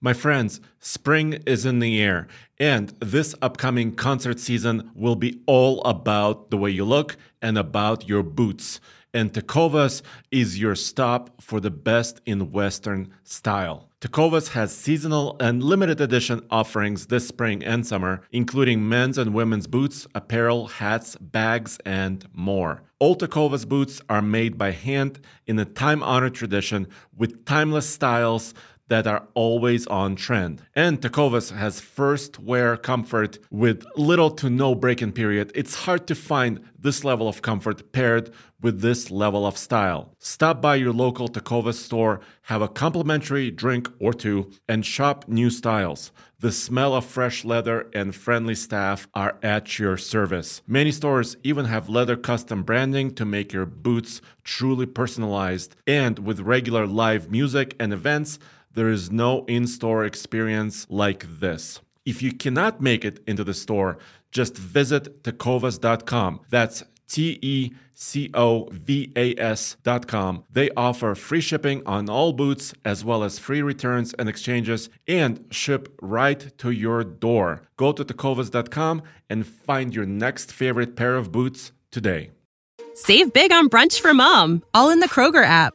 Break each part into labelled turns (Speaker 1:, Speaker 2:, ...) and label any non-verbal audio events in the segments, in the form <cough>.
Speaker 1: My friends, spring is in the air, and this upcoming concert season will be all about the way you look and about your boots. And Tecovas is your stop for the best in Western style. Tecovas has seasonal and limited edition offerings this spring and summer, including men's and women's boots, apparel, hats, bags, and more. All Tecovas boots are made by hand in a time honored tradition with timeless styles that are always on trend. And Tecovas has first wear comfort with little to no break in period. It's hard to find this level of comfort paired with this level of style. Stop by your local Tecovas store, have a complimentary drink or two, and shop new styles. The smell of fresh leather and friendly staff are at your service. Many stores even have leather custom branding to make your boots truly personalized. And with regular live music and events, there is no in store experience like this. If you cannot make it into the store, just visit tecovas.com. That's T E C O V A S.com. They offer free shipping on all boots, as well as free returns and exchanges, and ship right to your door. Go to tecovas.com and find your next favorite pair of boots today.
Speaker 2: Save big on brunch for mom, all in the Kroger app.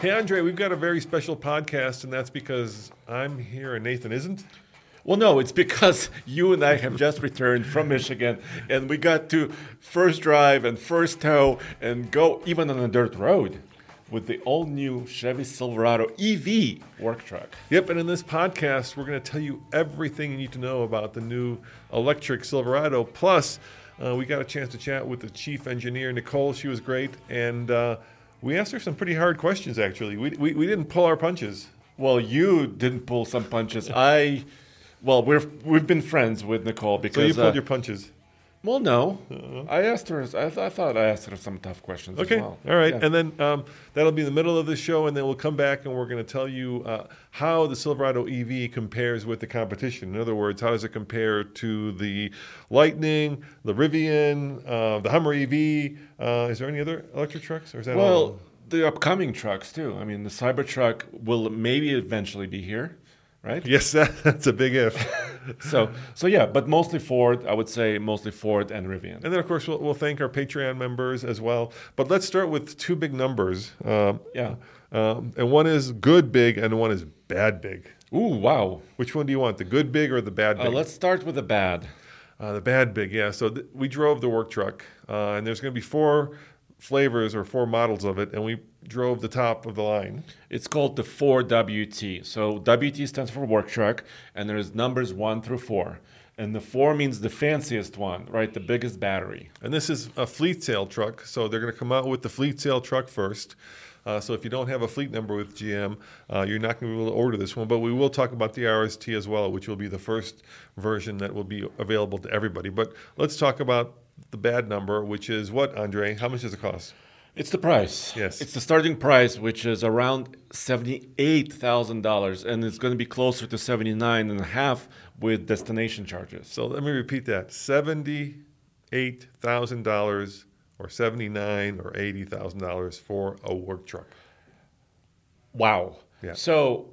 Speaker 3: Hey, Andre, we've got a very special podcast, and that's because I'm here and Nathan isn't.
Speaker 1: Well, no, it's because <laughs> you and I have just returned from Michigan and we got to first drive and first tow and go even on a dirt road with the all new Chevy Silverado EV work truck.
Speaker 3: Yep, and in this podcast, we're going to tell you everything you need to know about the new electric Silverado. Plus, uh, we got a chance to chat with the chief engineer, Nicole. She was great. And uh, we asked her some pretty hard questions, actually. We, we, we didn't pull our punches.
Speaker 1: Well, you didn't pull some punches.
Speaker 3: <laughs>
Speaker 1: I, well, we're, we've been friends with Nicole because.
Speaker 3: So you pulled
Speaker 1: uh,
Speaker 3: your punches.
Speaker 1: Well, no. I asked her, I, th- I thought I asked her some tough questions
Speaker 3: Okay.
Speaker 1: as well.
Speaker 3: All right.
Speaker 1: Yeah.
Speaker 3: And then um, that'll be the middle of the show, and then we'll come back and we're going to tell you uh, how the Silverado EV compares with the competition. In other words, how does it compare to the Lightning, the Rivian, uh, the Hummer EV? Uh, is there any other electric trucks, or is that all?
Speaker 1: Well, the upcoming trucks too. I mean, the Cybertruck will maybe eventually be here, right?
Speaker 3: Yes, <laughs> that, that's a big if.
Speaker 1: So, so yeah, but mostly Ford. I would say mostly Ford and Rivian.
Speaker 3: And then, of course, we'll, we'll thank our Patreon members as well. But let's start with two big numbers. Um,
Speaker 1: Yeah.
Speaker 3: Um, and one is good big, and one is bad big.
Speaker 1: Ooh, wow.
Speaker 3: Which one do you want, the good big or the bad
Speaker 1: Uh,
Speaker 3: big?
Speaker 1: let's start with the bad.
Speaker 3: Uh, the bad big, yeah. So th- we drove the work truck, uh, and there's going to be four flavors or four models of it, and we drove the top of the line.
Speaker 1: It's called the 4WT. So WT stands for work truck, and there's numbers one through four. And the four means the fanciest one, right? The biggest battery.
Speaker 3: And this is a fleet sale truck, so they're going to come out with the fleet sale truck first. Uh, so if you don't have a fleet number with GM, uh, you're not going to be able to order this one. But we will talk about the RST as well, which will be the first version that will be available to everybody. But let's talk about the bad number, which is what, Andre? How much does it cost?
Speaker 1: It's the price.
Speaker 3: Yes.
Speaker 1: It's the starting price, which is around seventy-eight thousand dollars, and it's going to be closer to seventy-nine and a half with destination charges.
Speaker 3: So let me repeat that: seventy-eight thousand dollars, or seventy-nine, or eighty thousand dollars for a work truck.
Speaker 1: Wow.
Speaker 3: Yeah.
Speaker 1: So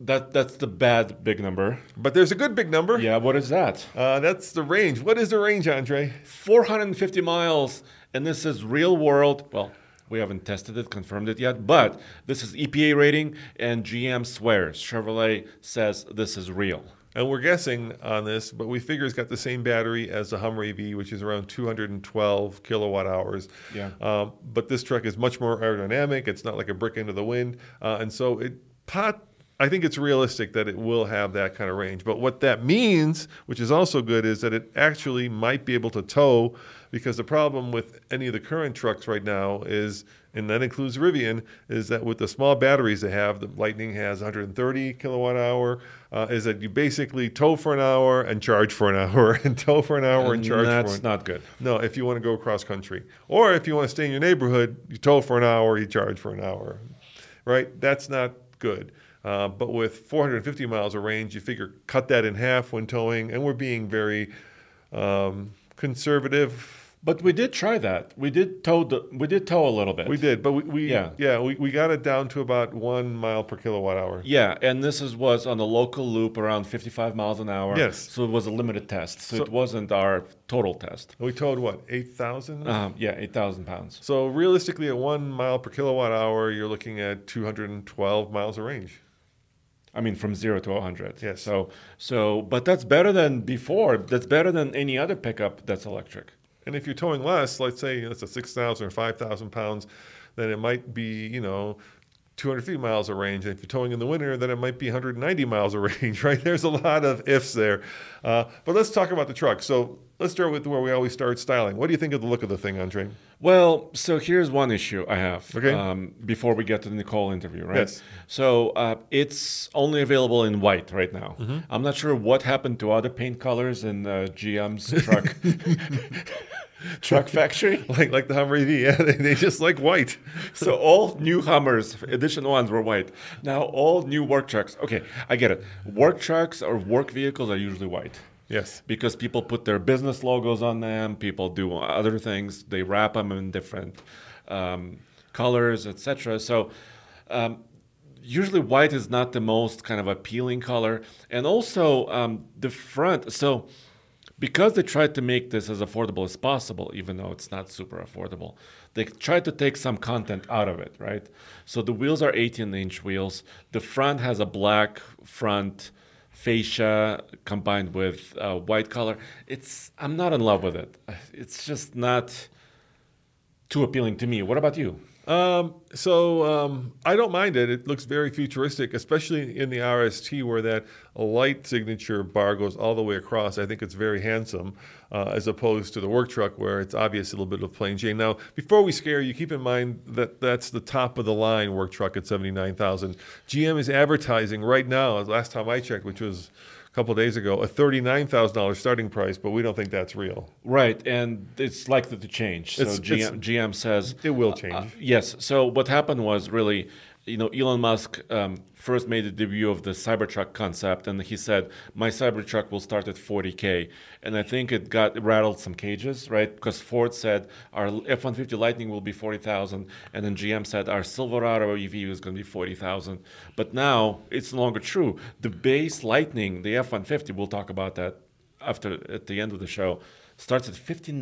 Speaker 1: that that's the bad big number.
Speaker 3: But there's a good big number.
Speaker 1: Yeah. What is that?
Speaker 3: Uh, that's the range. What is the range, Andre?
Speaker 1: Four hundred and fifty miles, and this is real world. Well. We haven't tested it, confirmed it yet, but this is EPA rating, and GM swears. Chevrolet says this is real.
Speaker 3: And we're guessing on this, but we figure it's got the same battery as the Hummer EV, which is around 212 kilowatt hours.
Speaker 1: Yeah.
Speaker 3: Um, but this truck is much more aerodynamic. It's not like a brick into the wind, uh, and so it pot. I think it's realistic that it will have that kind of range. But what that means, which is also good, is that it actually might be able to tow, because the problem with any of the current trucks right now is and that includes Rivian, is that with the small batteries they have, the Lightning has 130 kilowatt hour, uh, is that you basically tow for an hour and charge for an <laughs> hour and tow for an hour and, charge for
Speaker 1: That's
Speaker 3: an
Speaker 1: not good.
Speaker 3: No, if you want to go across country. Or if you want to stay in your neighborhood, you tow for an hour, you charge for an hour, right? That's not good. Uh, but with 450 miles of range, you figure cut that in half when towing, and we're being very um, conservative.
Speaker 1: But we did try that. We did tow the, we did tow a little bit.
Speaker 3: We did, but we, we yeah,
Speaker 1: Yeah.
Speaker 3: we, we got it down to about one mile per kilowatt hour.
Speaker 1: Yeah, and this is, was on a local loop around 55 miles an hour.
Speaker 3: Yes.
Speaker 1: So it was a limited test. So, it wasn't our total test.
Speaker 3: We towed what eight thousand.
Speaker 1: Um, yeah, 8,000 pounds.
Speaker 3: So realistically, at one mile per kilowatt hour, you're looking at 212 miles of range.
Speaker 1: I mean, from zero to 100.
Speaker 3: Yes.
Speaker 1: So, so, but that's better than before. That's better than any other pickup that's electric.
Speaker 3: And if you're towing less, let's say it's a 6,000 or 5,000 pounds, then it might be, you know, 250 miles of range. And if you're towing in the winter, then it might be 190 miles of <laughs> range, right? There's a lot of ifs there. Uh, but let's talk about the truck. So let's start with where we always start styling. What do you think of the look of the thing, Andre?
Speaker 1: Well, so here's one issue I have.
Speaker 3: Okay.
Speaker 1: Um, before we get to the Nicole interview, right?
Speaker 3: Yes.
Speaker 1: So uh, it's only available in white right now.
Speaker 3: Mm-hmm.
Speaker 1: I'm not sure what happened to other paint colors in uh, GM's <laughs> truck truck factory.
Speaker 3: <laughs> Like, like the Hummer EV, yeah, they, they just like white.
Speaker 1: So all new Hummers, edition ones were white. Now all new work trucks. Okay, I get it. Work trucks or work vehicles are usually white.
Speaker 3: Yes.
Speaker 1: Because people put their business logos on them, people do other things, they wrap them in different um, colors, etc. So um, usually white is not the most kind of appealing color. And also um, the front. So because they tried to make this as affordable as possible, even though it's not super affordable, they tried to take some content out of it, right? So the wheels are 18 inch wheels. The front has a black front fascia combined with uh, white color. It's I'm not in love with it. It's just not too appealing to me. What about you?
Speaker 3: Um, so um, I don't mind it. It looks very futuristic, especially in the RST where that light signature bar goes all the way across. I think it's very handsome, uh, as opposed to the work truck where it's obvious a little bit of plain Jane. Now, before we scare you, keep in mind that that's the top of the line work truck at seventy nine thousand. GM is advertising right now. Last time I checked, which was a couple days ago, a thirty nine thousand dollars starting price, but we don't think that's real.
Speaker 1: Right, and it's likely to change. So
Speaker 3: It's- it's-
Speaker 1: GM, GM says
Speaker 3: It will
Speaker 1: Uh,
Speaker 3: change.
Speaker 1: yes. So what happened was really, you know, Elon Musk um, first made the debut of the Cybertruck concept, and he said, "My Cybertruck will start at 40k," and I think it got it rattled some cages, right? Because Ford said our F-150 Lightning will be 40,000, and then GM said our Silverado EV is going to be 40,000. But now it's no longer true. The base Lightning, the F-150, we'll talk about that after at the end of the show, starts at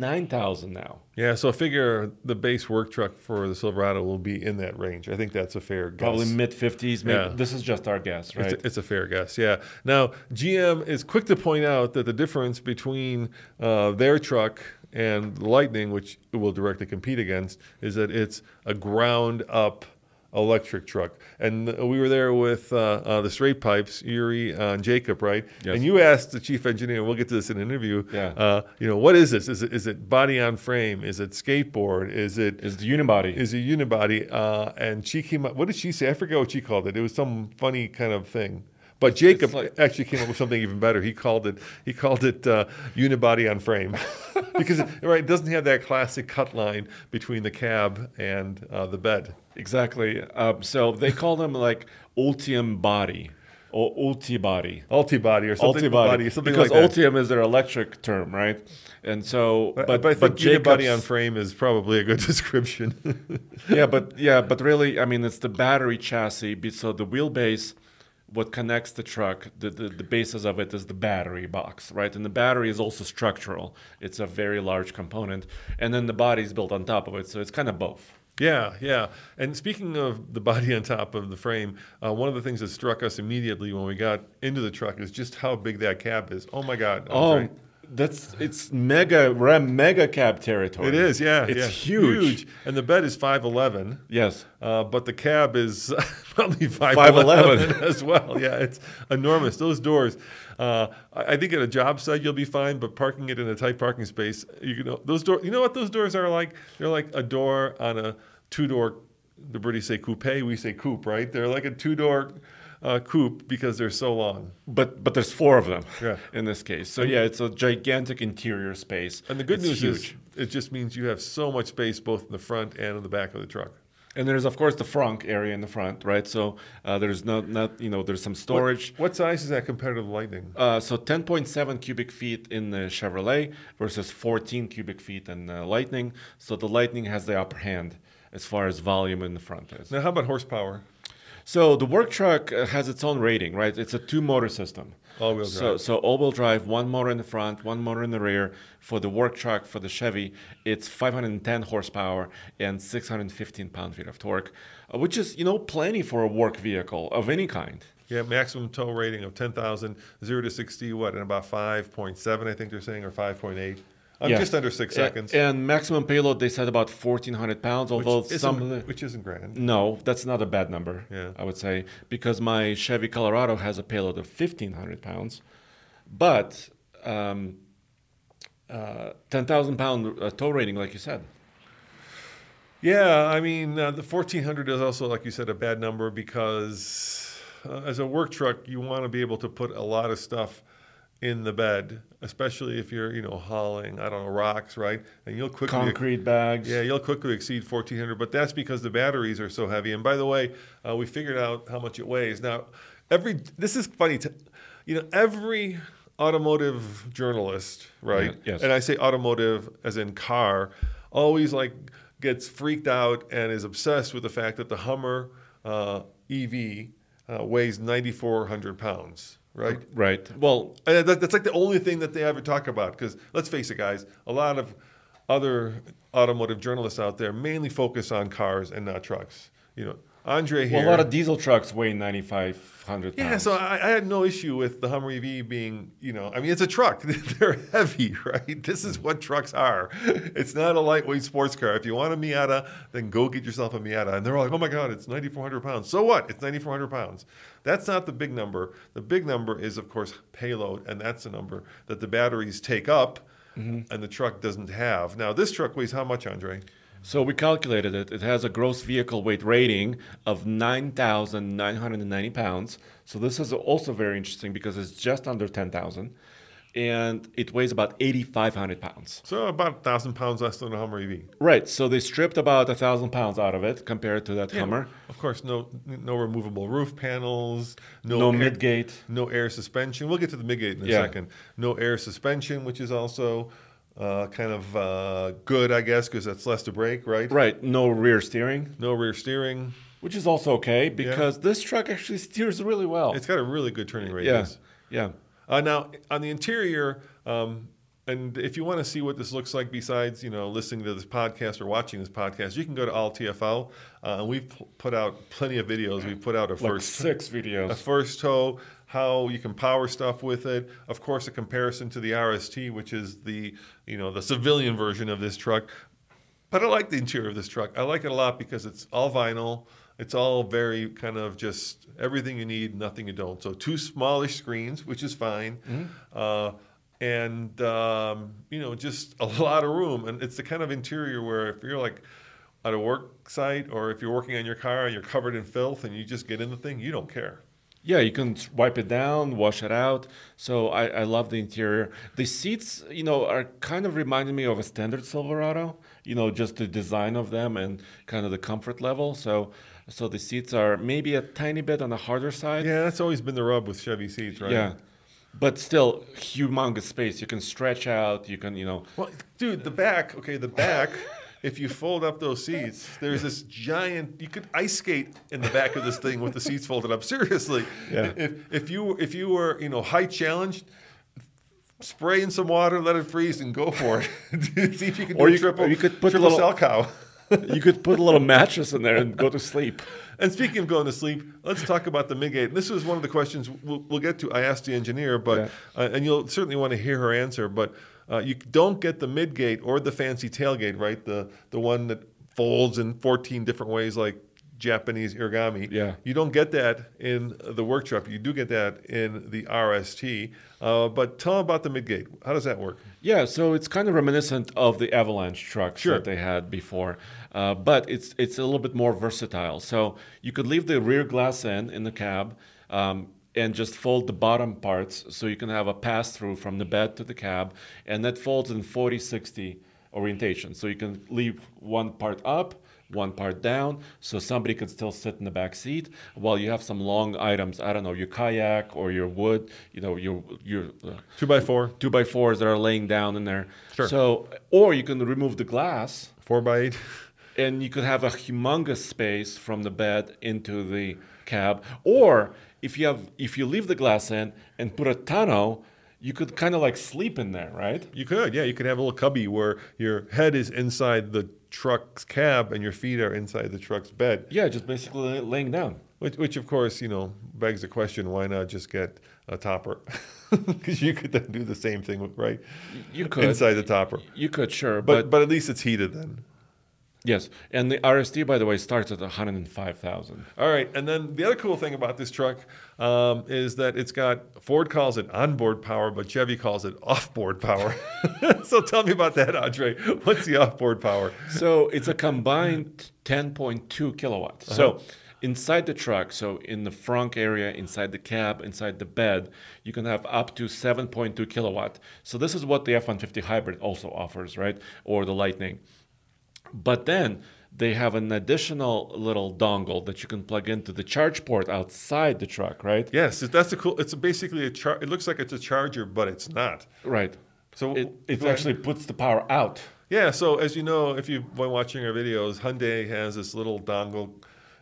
Speaker 1: 59,000 now.
Speaker 3: Yeah, so figure the base work truck for the Silverado will be in that range. I think that's a fair guess.
Speaker 1: Probably mid 50s. Maybe
Speaker 3: Yeah.
Speaker 1: this is just our guess, right?
Speaker 3: It's, a, it's a fair guess, yeah. Now, GM is quick to point out that the difference between uh, their truck and the Lightning, which it will directly compete against, is that it's a ground up electric truck. And uh, we were there with uh, uh, the Straight Pipes, Yuri uh, and Jacob, right?
Speaker 1: Yes.
Speaker 3: And you asked the chief engineer, we'll get to this in an interview,
Speaker 1: Yeah.
Speaker 3: uh, you know, what is this? Is it, is it body on frame? Is it skateboard? Is it
Speaker 1: is the unibody.
Speaker 3: is a unibody, uh, and she came up. What did she say? I forget what she called it. It was some funny kind of thing. But Jacob
Speaker 1: like-
Speaker 3: actually came up with something even better. He called it he called it uh, unibody on
Speaker 1: <laughs>
Speaker 3: frame because right it doesn't have that classic cut line between the cab and uh, the bed.
Speaker 1: exactly. Um, so they call them like Ultium body or Ulti body.
Speaker 3: Altibody or something.
Speaker 1: Ultibody,
Speaker 3: body, something
Speaker 1: because
Speaker 3: like that.
Speaker 1: Ultium is their electric term, right? And so,
Speaker 3: but,
Speaker 1: but
Speaker 3: but I think
Speaker 1: but Jacob's-
Speaker 3: unibody on frame is probably a good <laughs> description.
Speaker 1: yeah, but yeah, but really, I mean, it's the battery chassis. be- So the wheelbase, what connects the truck, the, the the basis of it is the battery box, right? And the battery is also structural. It's a very large component, and then the body is built on top of it. So it's kind of both.
Speaker 3: Yeah, yeah. And speaking of the body on top of the frame, uh, one of the things that struck us immediately when we got into the truck is just how big that cab is. Oh my God! I'm
Speaker 1: Oh,
Speaker 3: sorry.
Speaker 1: that's it's mega ram mega cab territory.
Speaker 3: it is. Yeah,
Speaker 1: it's
Speaker 3: yeah.
Speaker 1: huge.
Speaker 3: And the bed is five eleven.
Speaker 1: Yes,
Speaker 3: Uh, but the cab is <laughs> probably
Speaker 1: 5'11.
Speaker 3: 5'11 as well. <laughs> Yeah, it's enormous. Those doors, uh, I I think at a job site you'll be fine, but parking it in a tight parking space, you know, those doors, you know what those doors are like? They're like a door on a two door. The British say coupe, we say coupe, right? They're like a two door uh, coupe because they're so long.
Speaker 1: But but there's four of them
Speaker 3: Yeah.
Speaker 1: in this case. So yeah, it's a gigantic interior space.
Speaker 3: And the good
Speaker 1: It's
Speaker 3: news
Speaker 1: huge.
Speaker 3: is, it just means you have so much space both in the front and in the back of the truck.
Speaker 1: and there's of course the frunk area in the front, right? So uh, there's not not you know there's some storage.
Speaker 3: What size is that compared to the Lightning?
Speaker 1: Uh, so 10.7 cubic feet in the Chevrolet versus 14 cubic feet in the Lightning. So the Lightning has the upper hand as far as volume in the front is.
Speaker 3: Now, how about horsepower?
Speaker 1: So the work truck uh, has its own rating, right? It's a two-motor system.
Speaker 3: All-wheel
Speaker 1: So, so all-wheel drive, one motor in the front, one motor in the rear. For the work truck, for the Chevy, it's 510 horsepower and 615 pound-feet of torque, uh, which is, you know, plenty for a work vehicle of any kind.
Speaker 3: Yeah, maximum tow rating of 10,000, 0 to 60, what, in about 5.7, I think they're saying, or 5.8. I'm
Speaker 1: Yeah.
Speaker 3: Uh, just under six
Speaker 1: A-
Speaker 3: seconds.
Speaker 1: And maximum payload, they said about 1,400 pounds, although
Speaker 3: which,
Speaker 1: some...
Speaker 3: isn't,
Speaker 1: of the-
Speaker 3: which isn't grand.
Speaker 1: No, that's not a bad number.
Speaker 3: Yeah.
Speaker 1: I would say because my Chevy Colorado has a payload of fifteen hundred pounds, but um, uh, ten thousand pound uh, tow rating, like you said.
Speaker 3: Yeah, I mean, uh, the 1,400 is also, like you said, a bad number because uh, as a work truck, you want to be able to put a lot of stuff in the bed, especially if you're, you know, hauling, I don't know, rocks, right? And you'll quickly
Speaker 1: Concrete bags.
Speaker 3: Yeah, you'll quickly exceed 1400, but that's because the batteries are so heavy. And by the way, uh, we figured out how much it weighs. Now, every this is funny. To, you know, every automotive journalist, right?
Speaker 1: Yeah, yes.
Speaker 3: And I say automotive as in car, always like gets freaked out and is obsessed with the fact that the Hummer uh, EV uh, weighs 9400 pounds, right?
Speaker 1: Right. Well,
Speaker 3: And uh, that, that's like the only thing that they ever talk about. Because let's face it, guys, a lot of other automotive journalists out there mainly focus on cars and not trucks. You know, Andre here.
Speaker 1: well, a lot of diesel trucks weigh ninety five hundred pounds.
Speaker 3: yeah, so I, I had no issue with the Hummer EV being, you know, I mean, it's a truck. <laughs> They're heavy, right? This is what trucks are. It's not a lightweight sports car. If you want a Miata, then go get yourself a Miata. And they're like, oh my God, it's 9,400 pounds. So what? It's 9,400 pounds. That's not the big number. The big number is, of course, payload, and that's the number that the batteries take up and the truck doesn't have. Now, this truck weighs how much, Andre?
Speaker 1: So we calculated it. It has a gross vehicle weight rating of 9,990 pounds. So this is also very interesting because it's just under 10,000 and it weighs about 8,500 pounds.
Speaker 3: So about 1,000 pounds less than a Hummer E EV.
Speaker 1: Right. So they stripped about 1,000 pounds out of it compared to that Hummer.
Speaker 3: Of course, no no removable roof panels, no,
Speaker 1: No
Speaker 3: air-
Speaker 1: midgate.
Speaker 3: no air suspension. We'll get to the midgate in a
Speaker 1: Yeah.
Speaker 3: second. No air suspension, which is also uh, kind of uh, good, I guess, because that's less to brake, right?
Speaker 1: Right. No rear steering,
Speaker 3: No rear steering.
Speaker 1: which is also okay because this truck actually steers really well.
Speaker 3: It's got a really good turning
Speaker 1: yeah.
Speaker 3: radius.
Speaker 1: Yeah.
Speaker 3: Uh, now, on the interior, um, and if you want to see what this looks like, besides you know listening to this podcast or watching this podcast, you can go to All TFL, uh, and we've p- put out plenty of videos. We've put out a
Speaker 1: Like
Speaker 3: first
Speaker 1: six videos.
Speaker 3: a first toe, how you can power stuff with it. Of course, a comparison to the RST, which is the you know the civilian version of this truck. But I like the interior of this truck. I like it a lot because it's all vinyl. It's all very kind of just everything you need, nothing you don't. So two smallish screens, which is fine. Uh, and um, you know, just a lot of room, and it's the kind of interior where if you're like at a work site or if you're working on your car and you're covered in filth and you just get in the thing, you don't care.
Speaker 1: Yeah, you can s- wipe it down, wash it out. So I, I love the interior. The seats, you know, are kind of reminding me of a standard Silverado. You know, just the design of them and kind of the comfort level. So, so the seats are maybe a tiny bit on the harder side.
Speaker 3: Yeah, that's always been the rub with Chevy seats, right?
Speaker 1: Yeah. But still, humongous space. You can stretch out. You can, you know,
Speaker 3: Well, dude, the back. Okay, the back. if you fold up those seats, there's this giant. You could ice skate in the back of this thing with the seats folded up. Seriously.
Speaker 1: Yeah.
Speaker 3: If if you if you were you know height challenged. Spray in some water, let it freeze, and go for it. <laughs> See if you can do
Speaker 1: Or
Speaker 3: a
Speaker 1: you-
Speaker 3: triple,
Speaker 1: or you could put
Speaker 3: triple
Speaker 1: little-
Speaker 3: cell cow.
Speaker 1: <laughs> you could put a little <laughs> mattress in there and go to sleep.
Speaker 3: And speaking of going to sleep, let's talk about the midgate. This is one of the questions we'll, we'll get to. I asked the engineer, but uh, and you'll certainly want to hear her answer. But uh, you don't get the midgate or the fancy tailgate, right? The the one that folds in 14 different ways, like Japanese origami.
Speaker 1: Yeah.
Speaker 3: You don't get that in the work truck. You do get that in the RST. Uh, but tell them about the midgate. How does that work?
Speaker 1: Yeah, so it's kind of reminiscent of the avalanche trucks
Speaker 3: Sure.
Speaker 1: that they had before, uh, but it's it's a little bit more versatile. So you could leave the rear glass in in the cab um, and just fold the bottom parts, so you can have a pass through from the bed to the cab, and that folds in 40-60 orientation. So you can leave one part up, one part down, so somebody could still sit in the back seat while you have some long items. I don't know your kayak or your wood, you know your your. Uh,
Speaker 3: Two by four,
Speaker 1: two by fours that are laying down in there.
Speaker 3: Sure.
Speaker 1: So, or you can remove the glass,
Speaker 3: four by eight. <laughs>
Speaker 1: and you could have a humongous space from the bed into the cab. Or if you have, if you leave the glass in and put a tonneau, you could kind of like sleep in there, right?
Speaker 3: You could, yeah. You could have a little cubby where your head is inside the truck's cab and your feet are inside the truck's bed.
Speaker 1: Yeah, just basically laying down.
Speaker 3: Which, which, of course, you know, begs the question: Why not just get a topper? <laughs> Because you could then do the same thing, with- right?
Speaker 1: You could.
Speaker 3: inside the topper,
Speaker 1: You could, sure,
Speaker 3: but,
Speaker 1: but,
Speaker 3: but at least it's heated then.
Speaker 1: yes. And the RST, by the way, starts at one hundred and five thousand.
Speaker 3: All right, and then the other cool thing about this truck um, is that it's got Ford calls it onboard power, but Chevy calls it offboard power. <laughs> so tell me about that, Andre. What's the offboard power?
Speaker 1: so it's a combined 10.2 kilowatts. So inside the truck, so in the front area, inside the cab, inside the bed, you can have up to 7.2 kilowatt. So this is what the F-150 hybrid also offers, right? Or the Lightning. But then they have an additional little dongle that you can plug into the charge port outside the truck, right?
Speaker 3: Yes, that's the cool. It's basically a char. It looks like it's a charger, but it's not.
Speaker 1: Right.
Speaker 3: So
Speaker 1: It, it
Speaker 3: go ahead.
Speaker 1: actually puts the power out.
Speaker 3: Yeah, so as you know, if you've been watching our videos, Hyundai has this little dongle,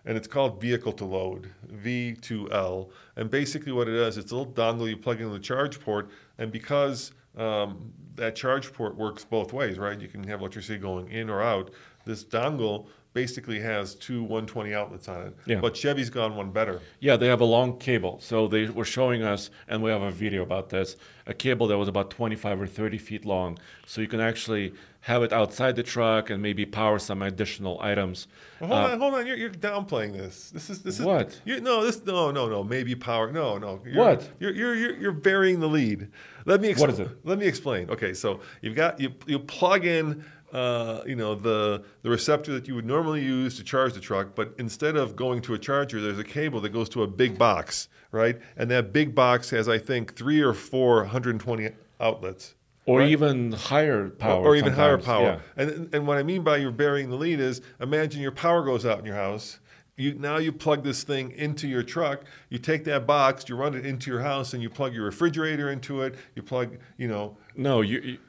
Speaker 3: and it's called Vehicle to Load, V2L. And basically, what it is, it's a little dongle you plug into the charge port, and because um, that charge port works both ways, right? You can have electricity going in or out. This dongle basically has two 120 outlets on it,
Speaker 1: Yeah.
Speaker 3: but Chevy's gone one better.
Speaker 1: Yeah, they have a long cable. So they were showing us, and we have a video about this, a cable that was about 25 or 30 feet long. So you can actually have it outside the truck and maybe power some additional items.
Speaker 3: Well, hold on, hold on. You're, you're downplaying this. This is this is
Speaker 1: Um, What?
Speaker 3: You, no, this no no no. Maybe power. No no. You're,
Speaker 1: What?
Speaker 3: You're you're you're, you're burying the lead. Let me. Expl-
Speaker 1: What is it?
Speaker 3: Let me explain. Okay, so you've got you you plug in. Uh, you know the the receptor that you would normally use to charge the truck, but instead of going to a charger, there's a cable that goes to a big box, right? And that big box has, I think, three or four 120 outlets.
Speaker 1: Or even higher power.
Speaker 3: Or even higher
Speaker 1: sometimes.
Speaker 3: power.
Speaker 1: Yeah.
Speaker 3: And and what I mean by you're burying the lead is imagine your power goes out in your house. You now you plug this thing into your truck. You take that box, you run it into your house, and you plug your refrigerator into it. You plug, you know,
Speaker 1: No, you, you-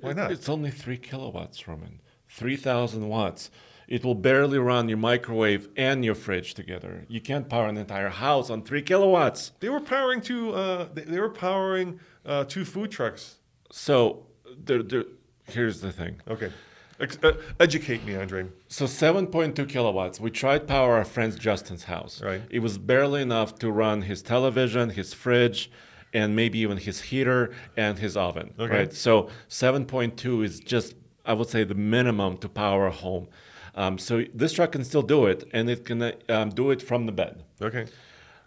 Speaker 3: Why not?
Speaker 1: It's only three kilowatts, Roman. 3,000 watts. It will barely run your microwave and your fridge together. You can't power an entire house on three kilowatts.
Speaker 3: they were powering two. Uh, they, they were powering uh, two food trucks.
Speaker 1: So there, there, here's the thing.
Speaker 3: Okay, Ex- uh, educate me, Andre.
Speaker 1: So 7.2 kilowatts. We tried power our friend's Justin's house.
Speaker 3: Right.
Speaker 1: It was barely enough to run his television, his fridge, and maybe even his heater and his oven.
Speaker 3: Okay.
Speaker 1: Right. So 7.2 is just, I would say, the minimum to power a home. Um, so this truck can still do it, and it can uh, um, do it from the bed.
Speaker 3: Okay,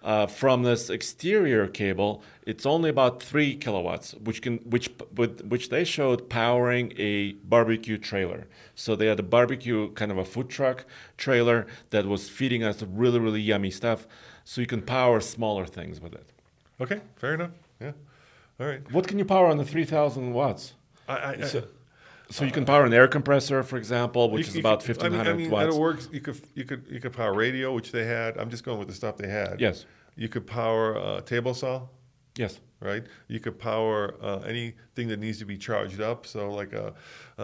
Speaker 1: Uh, from this exterior cable, it's only about three kilowatts, which can which p- with, which they showed powering a barbecue trailer. So they had a barbecue kind of a food truck trailer that was feeding us really really yummy stuff. So you can power smaller things with it.
Speaker 3: okay, fair enough. Yeah, all right.
Speaker 1: What can you power on the three thousand watts?
Speaker 3: I, I, I-
Speaker 1: So you can power an air compressor, for example, which is about
Speaker 3: could-
Speaker 1: fifteen hundred
Speaker 3: I mean, I mean,
Speaker 1: watts.
Speaker 3: It works. You could you could you could power radio, which they had. I'm just going with the stuff they had.
Speaker 1: Yes.
Speaker 3: You could power a table saw,
Speaker 1: Yes.
Speaker 3: right? You could power uh, anything that needs to be charged up. So like a,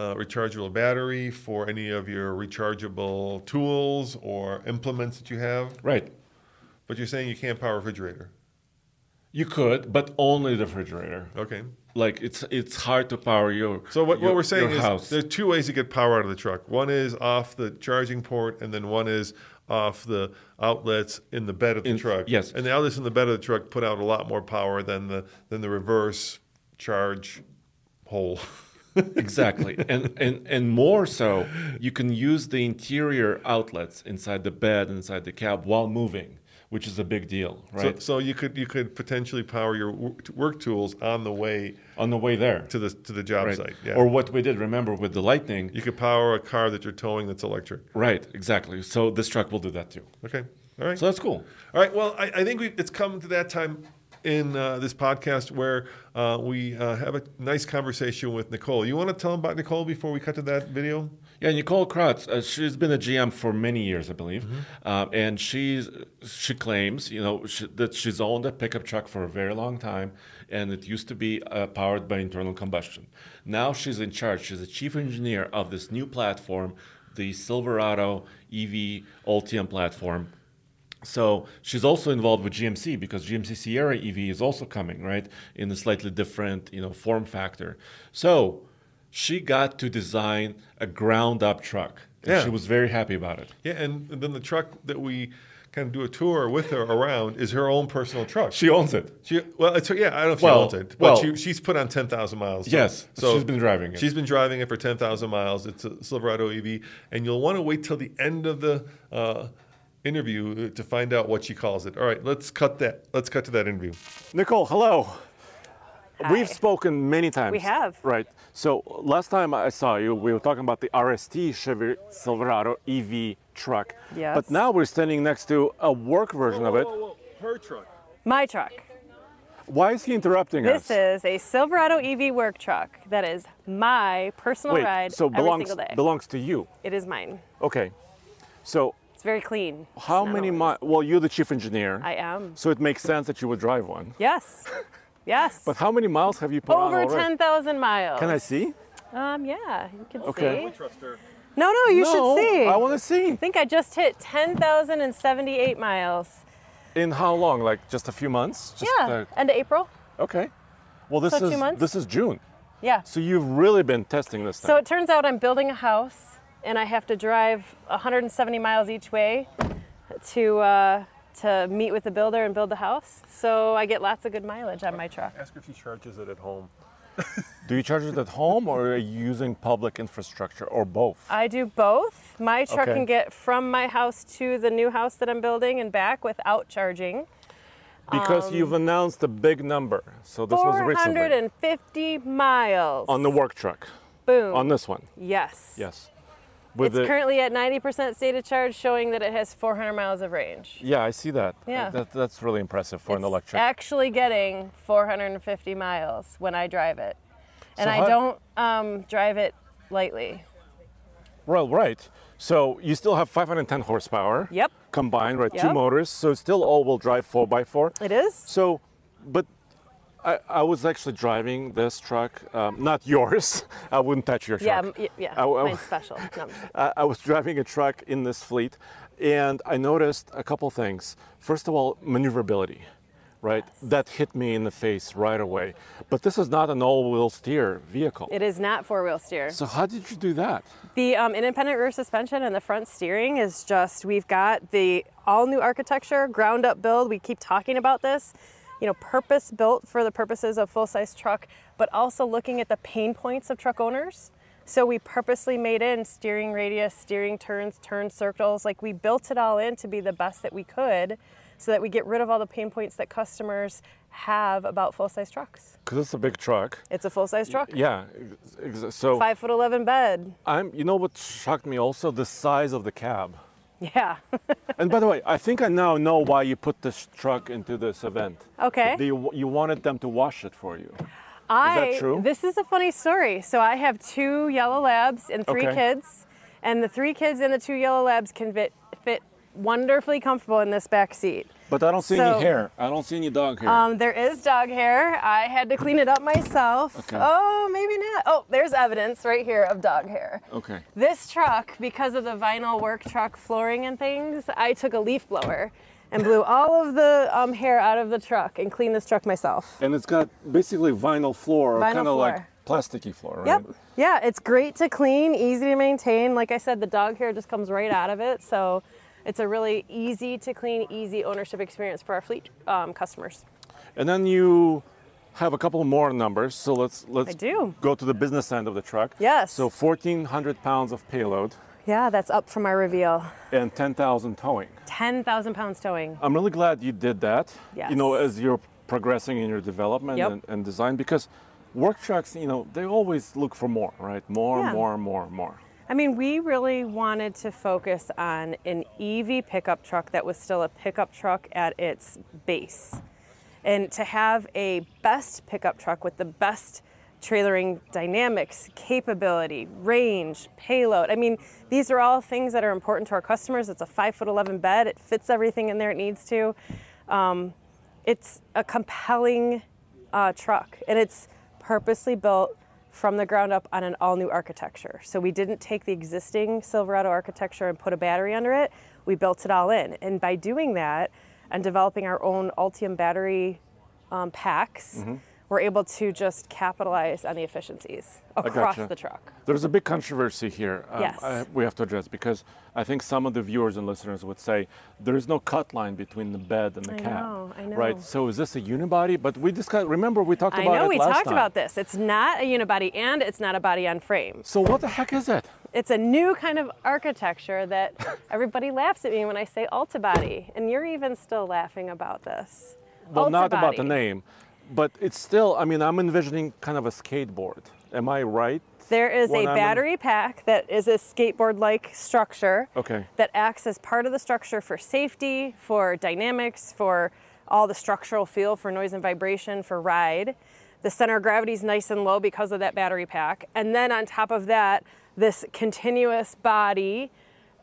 Speaker 3: uh rechargeable battery for any of your rechargeable tools or implements that you have.
Speaker 1: Right.
Speaker 3: But you're saying you can't power a refrigerator.
Speaker 1: You could, but only the refrigerator.
Speaker 3: Okay.
Speaker 1: Like it's it's hard to power your
Speaker 3: Oh. So what,
Speaker 1: your-
Speaker 3: what we're saying
Speaker 1: your
Speaker 3: is
Speaker 1: house.
Speaker 3: there are two ways to get power out of the truck. One is off the charging port, and then one is off the outlets in the bed of the
Speaker 1: In-
Speaker 3: truck.
Speaker 1: yes.
Speaker 3: And the outlets in the bed of the truck put out a lot more power than the than the reverse charge hole. <laughs>
Speaker 1: exactly and, and and more so you can use the interior outlets inside the bed inside the cab while moving which is a big deal
Speaker 3: So,
Speaker 1: right
Speaker 3: so you could you could potentially power your wo- work tools on the way
Speaker 1: on the way there
Speaker 3: to the to the job
Speaker 1: right?
Speaker 3: site. Yeah.
Speaker 1: or what we did remember with the lightning
Speaker 3: you could power a car that you're towing that's electric.
Speaker 1: right exactly so this truck will do that too
Speaker 3: Okay. All right.
Speaker 1: so that's cool
Speaker 3: All right. Well, I, I think we, it's come to that time in uh, this podcast where uh, we uh, have a nice conversation with Nicole. You want to tell them about Nicole before we cut to that video?
Speaker 1: Yeah, Nicole Kratz. Uh, she's been a GM for many years, I believe, Uh, and she's she claims, you know, she, that she's owned a pickup truck for a very long time, and it used to be uh, powered by internal combustion. Now she's in charge. She's the chief engineer of this new platform, the Silverado EV Ultium platform. So she's also involved with GMC because GMC Sierra EV is also coming, right, in a slightly different, you know, form factor. So she got to design a ground up truck. And
Speaker 3: Yeah.
Speaker 1: she was very happy about it.
Speaker 3: Yeah. And then the truck that we kind of do a tour with her around is her own personal truck.
Speaker 1: She owns it.
Speaker 3: She, well, it's, yeah, I don't know if
Speaker 1: Well,
Speaker 3: she owns it, but
Speaker 1: well-
Speaker 3: she, she's put on 10,000 miles.
Speaker 1: Yes, she's been driving it.
Speaker 3: She's been driving it for 10,000 miles. It's a Silverado EV, and you'll want to wait till the end of the uh, interview to find out what she calls it. All right, let's cut that. Let's cut to that interview.
Speaker 4: Nicole, hello. We've spoken many times.
Speaker 5: We have.
Speaker 4: Right. So last time I saw you, we were talking about the RST Chevy Silverado EV truck.
Speaker 5: Yes.
Speaker 4: But now we're standing next to a work version of it.
Speaker 5: My truck.
Speaker 4: Why is he interrupting us?
Speaker 5: This is a Silverado EV work truck that is my personal
Speaker 4: Wait,
Speaker 5: ride
Speaker 4: so belongs
Speaker 5: every single day.
Speaker 4: belongs to you.
Speaker 5: it is mine.
Speaker 4: Okay. So
Speaker 5: It's very clean.
Speaker 4: how
Speaker 5: Not
Speaker 4: many
Speaker 5: always.
Speaker 4: miles? Well, you're the chief engineer.
Speaker 5: I am.
Speaker 4: So it makes sense that you would drive one.
Speaker 5: Yes. Yes.
Speaker 4: But how many miles have you put
Speaker 5: <laughs> Over
Speaker 4: on already?
Speaker 5: 10,000 miles.
Speaker 4: Can I see?
Speaker 5: Um, yeah, you can
Speaker 4: Okay.
Speaker 5: see. No, no, you
Speaker 4: no,
Speaker 5: should see.
Speaker 4: I want to see.
Speaker 5: I think I just hit 10,078 miles.
Speaker 4: In how long? Like just a few months? Just
Speaker 5: yeah,
Speaker 4: uh,
Speaker 5: end of April.
Speaker 4: Okay. Well, this
Speaker 5: So two
Speaker 4: is
Speaker 5: months?
Speaker 4: this is June.
Speaker 5: Yeah.
Speaker 4: So you've really been testing this
Speaker 5: So
Speaker 4: thing.
Speaker 5: it turns out I'm building a house, and I have to drive 170 miles each way to uh, to meet with the builder and build the house. So I get lots of good mileage on my truck.
Speaker 6: Ask her if she charges it at home.
Speaker 4: <laughs> Do you charge it at home or are you using public infrastructure or both?
Speaker 5: I do both. My truck
Speaker 4: Okay.
Speaker 5: can get from my house to the new house that I'm building and back without charging.
Speaker 4: because
Speaker 5: Um,
Speaker 4: you've announced a big number. So this was recently
Speaker 5: 450 miles.
Speaker 4: on the work truck.
Speaker 5: boom.
Speaker 4: On this one.
Speaker 5: yes.
Speaker 4: Yes. With
Speaker 5: It's currently at 90% state of charge, showing that it has 400 miles of range.
Speaker 4: yeah, I see that. Uh,
Speaker 5: Yeah.
Speaker 4: That, that's really impressive for an
Speaker 5: It's
Speaker 4: electric.
Speaker 5: Actually, getting 450 miles when I drive it, and
Speaker 4: So
Speaker 5: I
Speaker 4: how-
Speaker 5: don't um, drive it lightly.
Speaker 4: well, right. So you still have 510 horsepower.
Speaker 5: Yep.
Speaker 4: Combined, right? Two
Speaker 5: Yep.
Speaker 4: motors. So it's still all-wheel drive 4x4.
Speaker 5: It is.
Speaker 4: So, but I, I was actually driving this truck, um, not yours. <laughs> I wouldn't touch your
Speaker 5: Yeah,
Speaker 4: truck. Oh,
Speaker 5: m- y- yeah.
Speaker 4: I, I-
Speaker 5: Mine's special. No, I'm just-
Speaker 4: I- I was <laughs> driving a truck in this fleet, and I noticed a couple things. First of all, maneuverability, right? That hit me in the face right away. But this is not an all-wheel steer vehicle.
Speaker 5: it is not four-wheel steer.
Speaker 4: so how did you do that?
Speaker 5: The um, independent rear suspension and the front steering is just, we've got the all new architecture, ground up build. We keep talking about this, you know, purpose built for the purposes of full size truck, but also looking at the pain points of truck owners. So we purposely made in steering radius, steering turns, turn circles. Like we built it all in to be the best that we could so that we get rid of all the pain points that customers have about full size trucks.
Speaker 4: Because it's a big truck.
Speaker 5: It's a full size truck.
Speaker 4: Yeah. ex- ex- So
Speaker 5: Five foot 11 bed.
Speaker 4: I'm. You know what shocked me also? The size of the cab.
Speaker 5: Yeah. <laughs>
Speaker 4: And by the way, I think I now know why you put this truck into this event.
Speaker 5: Okay.
Speaker 4: They, you wanted them to wash it for you.
Speaker 5: I,
Speaker 4: that true?
Speaker 5: This is a funny story. So I have two yellow labs and three
Speaker 4: Okay.
Speaker 5: kids, and the three kids and the two yellow labs can fit, fit wonderfully comfortable in this back seat.
Speaker 4: But I don't see
Speaker 5: So-
Speaker 4: any hair. I don't see any dog hair.
Speaker 5: Um, there is dog hair. I had to clean it up myself.
Speaker 4: Okay.
Speaker 5: Oh, maybe not. Oh, there's evidence right here of dog hair.
Speaker 4: okay.
Speaker 5: This truck, because of the vinyl work truck flooring and things, I took a leaf blower and blew all of the um, hair out of the truck and cleaned this truck myself.
Speaker 4: And it's got basically vinyl floor,
Speaker 5: Vinyl
Speaker 4: kind of like
Speaker 5: floor.
Speaker 4: plasticky floor, right?
Speaker 5: Yep. Yeah, it's great to clean, easy to maintain. Like I said, the dog hair just comes right out of it. So it's a really easy to clean, easy ownership experience for our fleet um, customers.
Speaker 4: And then you
Speaker 1: have a couple more numbers. So let's let's
Speaker 5: do.
Speaker 1: go to the business end of the truck.
Speaker 5: Yes.
Speaker 1: So 1,400 pounds of payload
Speaker 5: Yeah, that's up from our reveal.
Speaker 1: and 10,000 towing.
Speaker 5: 10,000 pounds towing.
Speaker 1: I'm really glad you did that. You know,
Speaker 5: Yes.
Speaker 1: as you're progressing in your development
Speaker 5: Yep.
Speaker 1: and, and design, because work trucks, you know, they always look for more, right? More,
Speaker 5: Yeah.
Speaker 1: more, more, more.
Speaker 5: I mean, we really wanted to focus on an EV pickup truck that was still a pickup truck at its base. And to have a best pickup truck with the best trailering dynamics, capability, range, payload. I mean, these are all things that are important to our customers. It's a five foot 11 bed, it fits everything in there it needs to. Um, it's a compelling uh, truck, and it's purposely built from the ground up on an all new architecture. So we didn't take the existing Silverado architecture and put a battery under it. We built it all in, and by doing that and developing our own Altium battery um, packs,
Speaker 1: Mm-hmm.
Speaker 5: we're able to just capitalize on the efficiencies across
Speaker 1: gotcha.
Speaker 5: the truck.
Speaker 1: There's a big controversy here um,
Speaker 5: Yes.
Speaker 1: I- we have to address because I think some of the viewers and listeners would say there is no cut line between the bed and the
Speaker 5: I
Speaker 1: cab.
Speaker 5: know, I know.
Speaker 1: Right? So is this a unibody? But we discussed, remember, we talked
Speaker 5: I
Speaker 1: about
Speaker 5: know
Speaker 1: it
Speaker 5: we
Speaker 1: last
Speaker 5: talked
Speaker 1: time.
Speaker 5: about this. It's not a unibody and it's not a body on frame.
Speaker 1: So what the heck is it?
Speaker 5: It's a new kind of architecture
Speaker 1: <laughs>
Speaker 5: that everybody laughs at me when I say Altabody, and you're even still laughing about this.
Speaker 1: Well, not about the name,
Speaker 5: Altabody.
Speaker 1: but it's still, I mean, I'm envisioning kind of a skateboard. Am I right?
Speaker 5: There is
Speaker 1: When
Speaker 5: a
Speaker 1: I'm in-
Speaker 5: battery pack that is a skateboard-like structure
Speaker 1: Okay.
Speaker 5: that acts as part of the structure for safety, for dynamics, for all the structural feel, for noise and vibration, for ride. The center of gravity is nice and low because of that battery pack. And then on top of that, this continuous body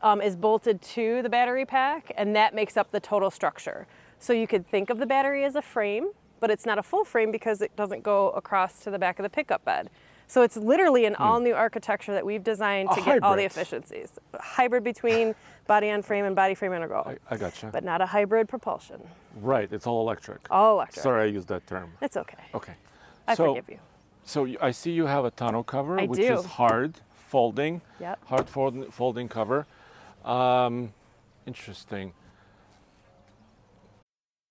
Speaker 5: um, is bolted to the battery pack, and that makes up the total structure. So you could think of the battery as a frame, but it's not a full frame because it doesn't go across to the back of the pickup bed. So it's literally an all new architecture that we've designed
Speaker 1: Hmm. A
Speaker 5: to get all the
Speaker 1: hybrid.
Speaker 5: efficiencies. A hybrid between
Speaker 1: <laughs>
Speaker 5: body on frame and body frame integral.
Speaker 1: I gotcha.
Speaker 5: but not a hybrid propulsion.
Speaker 1: Right, it's all electric.
Speaker 5: All electric.
Speaker 1: Sorry, I used that
Speaker 5: <laughs>
Speaker 1: term.
Speaker 5: It's okay.
Speaker 1: Okay.
Speaker 5: I
Speaker 1: Oh, so,
Speaker 5: forgive you.
Speaker 1: So you- I see you have a tonneau cover,
Speaker 5: I
Speaker 1: which
Speaker 5: do.
Speaker 1: is hard folding.
Speaker 5: Yep.
Speaker 1: Hard fold, folding cover. Um, interesting.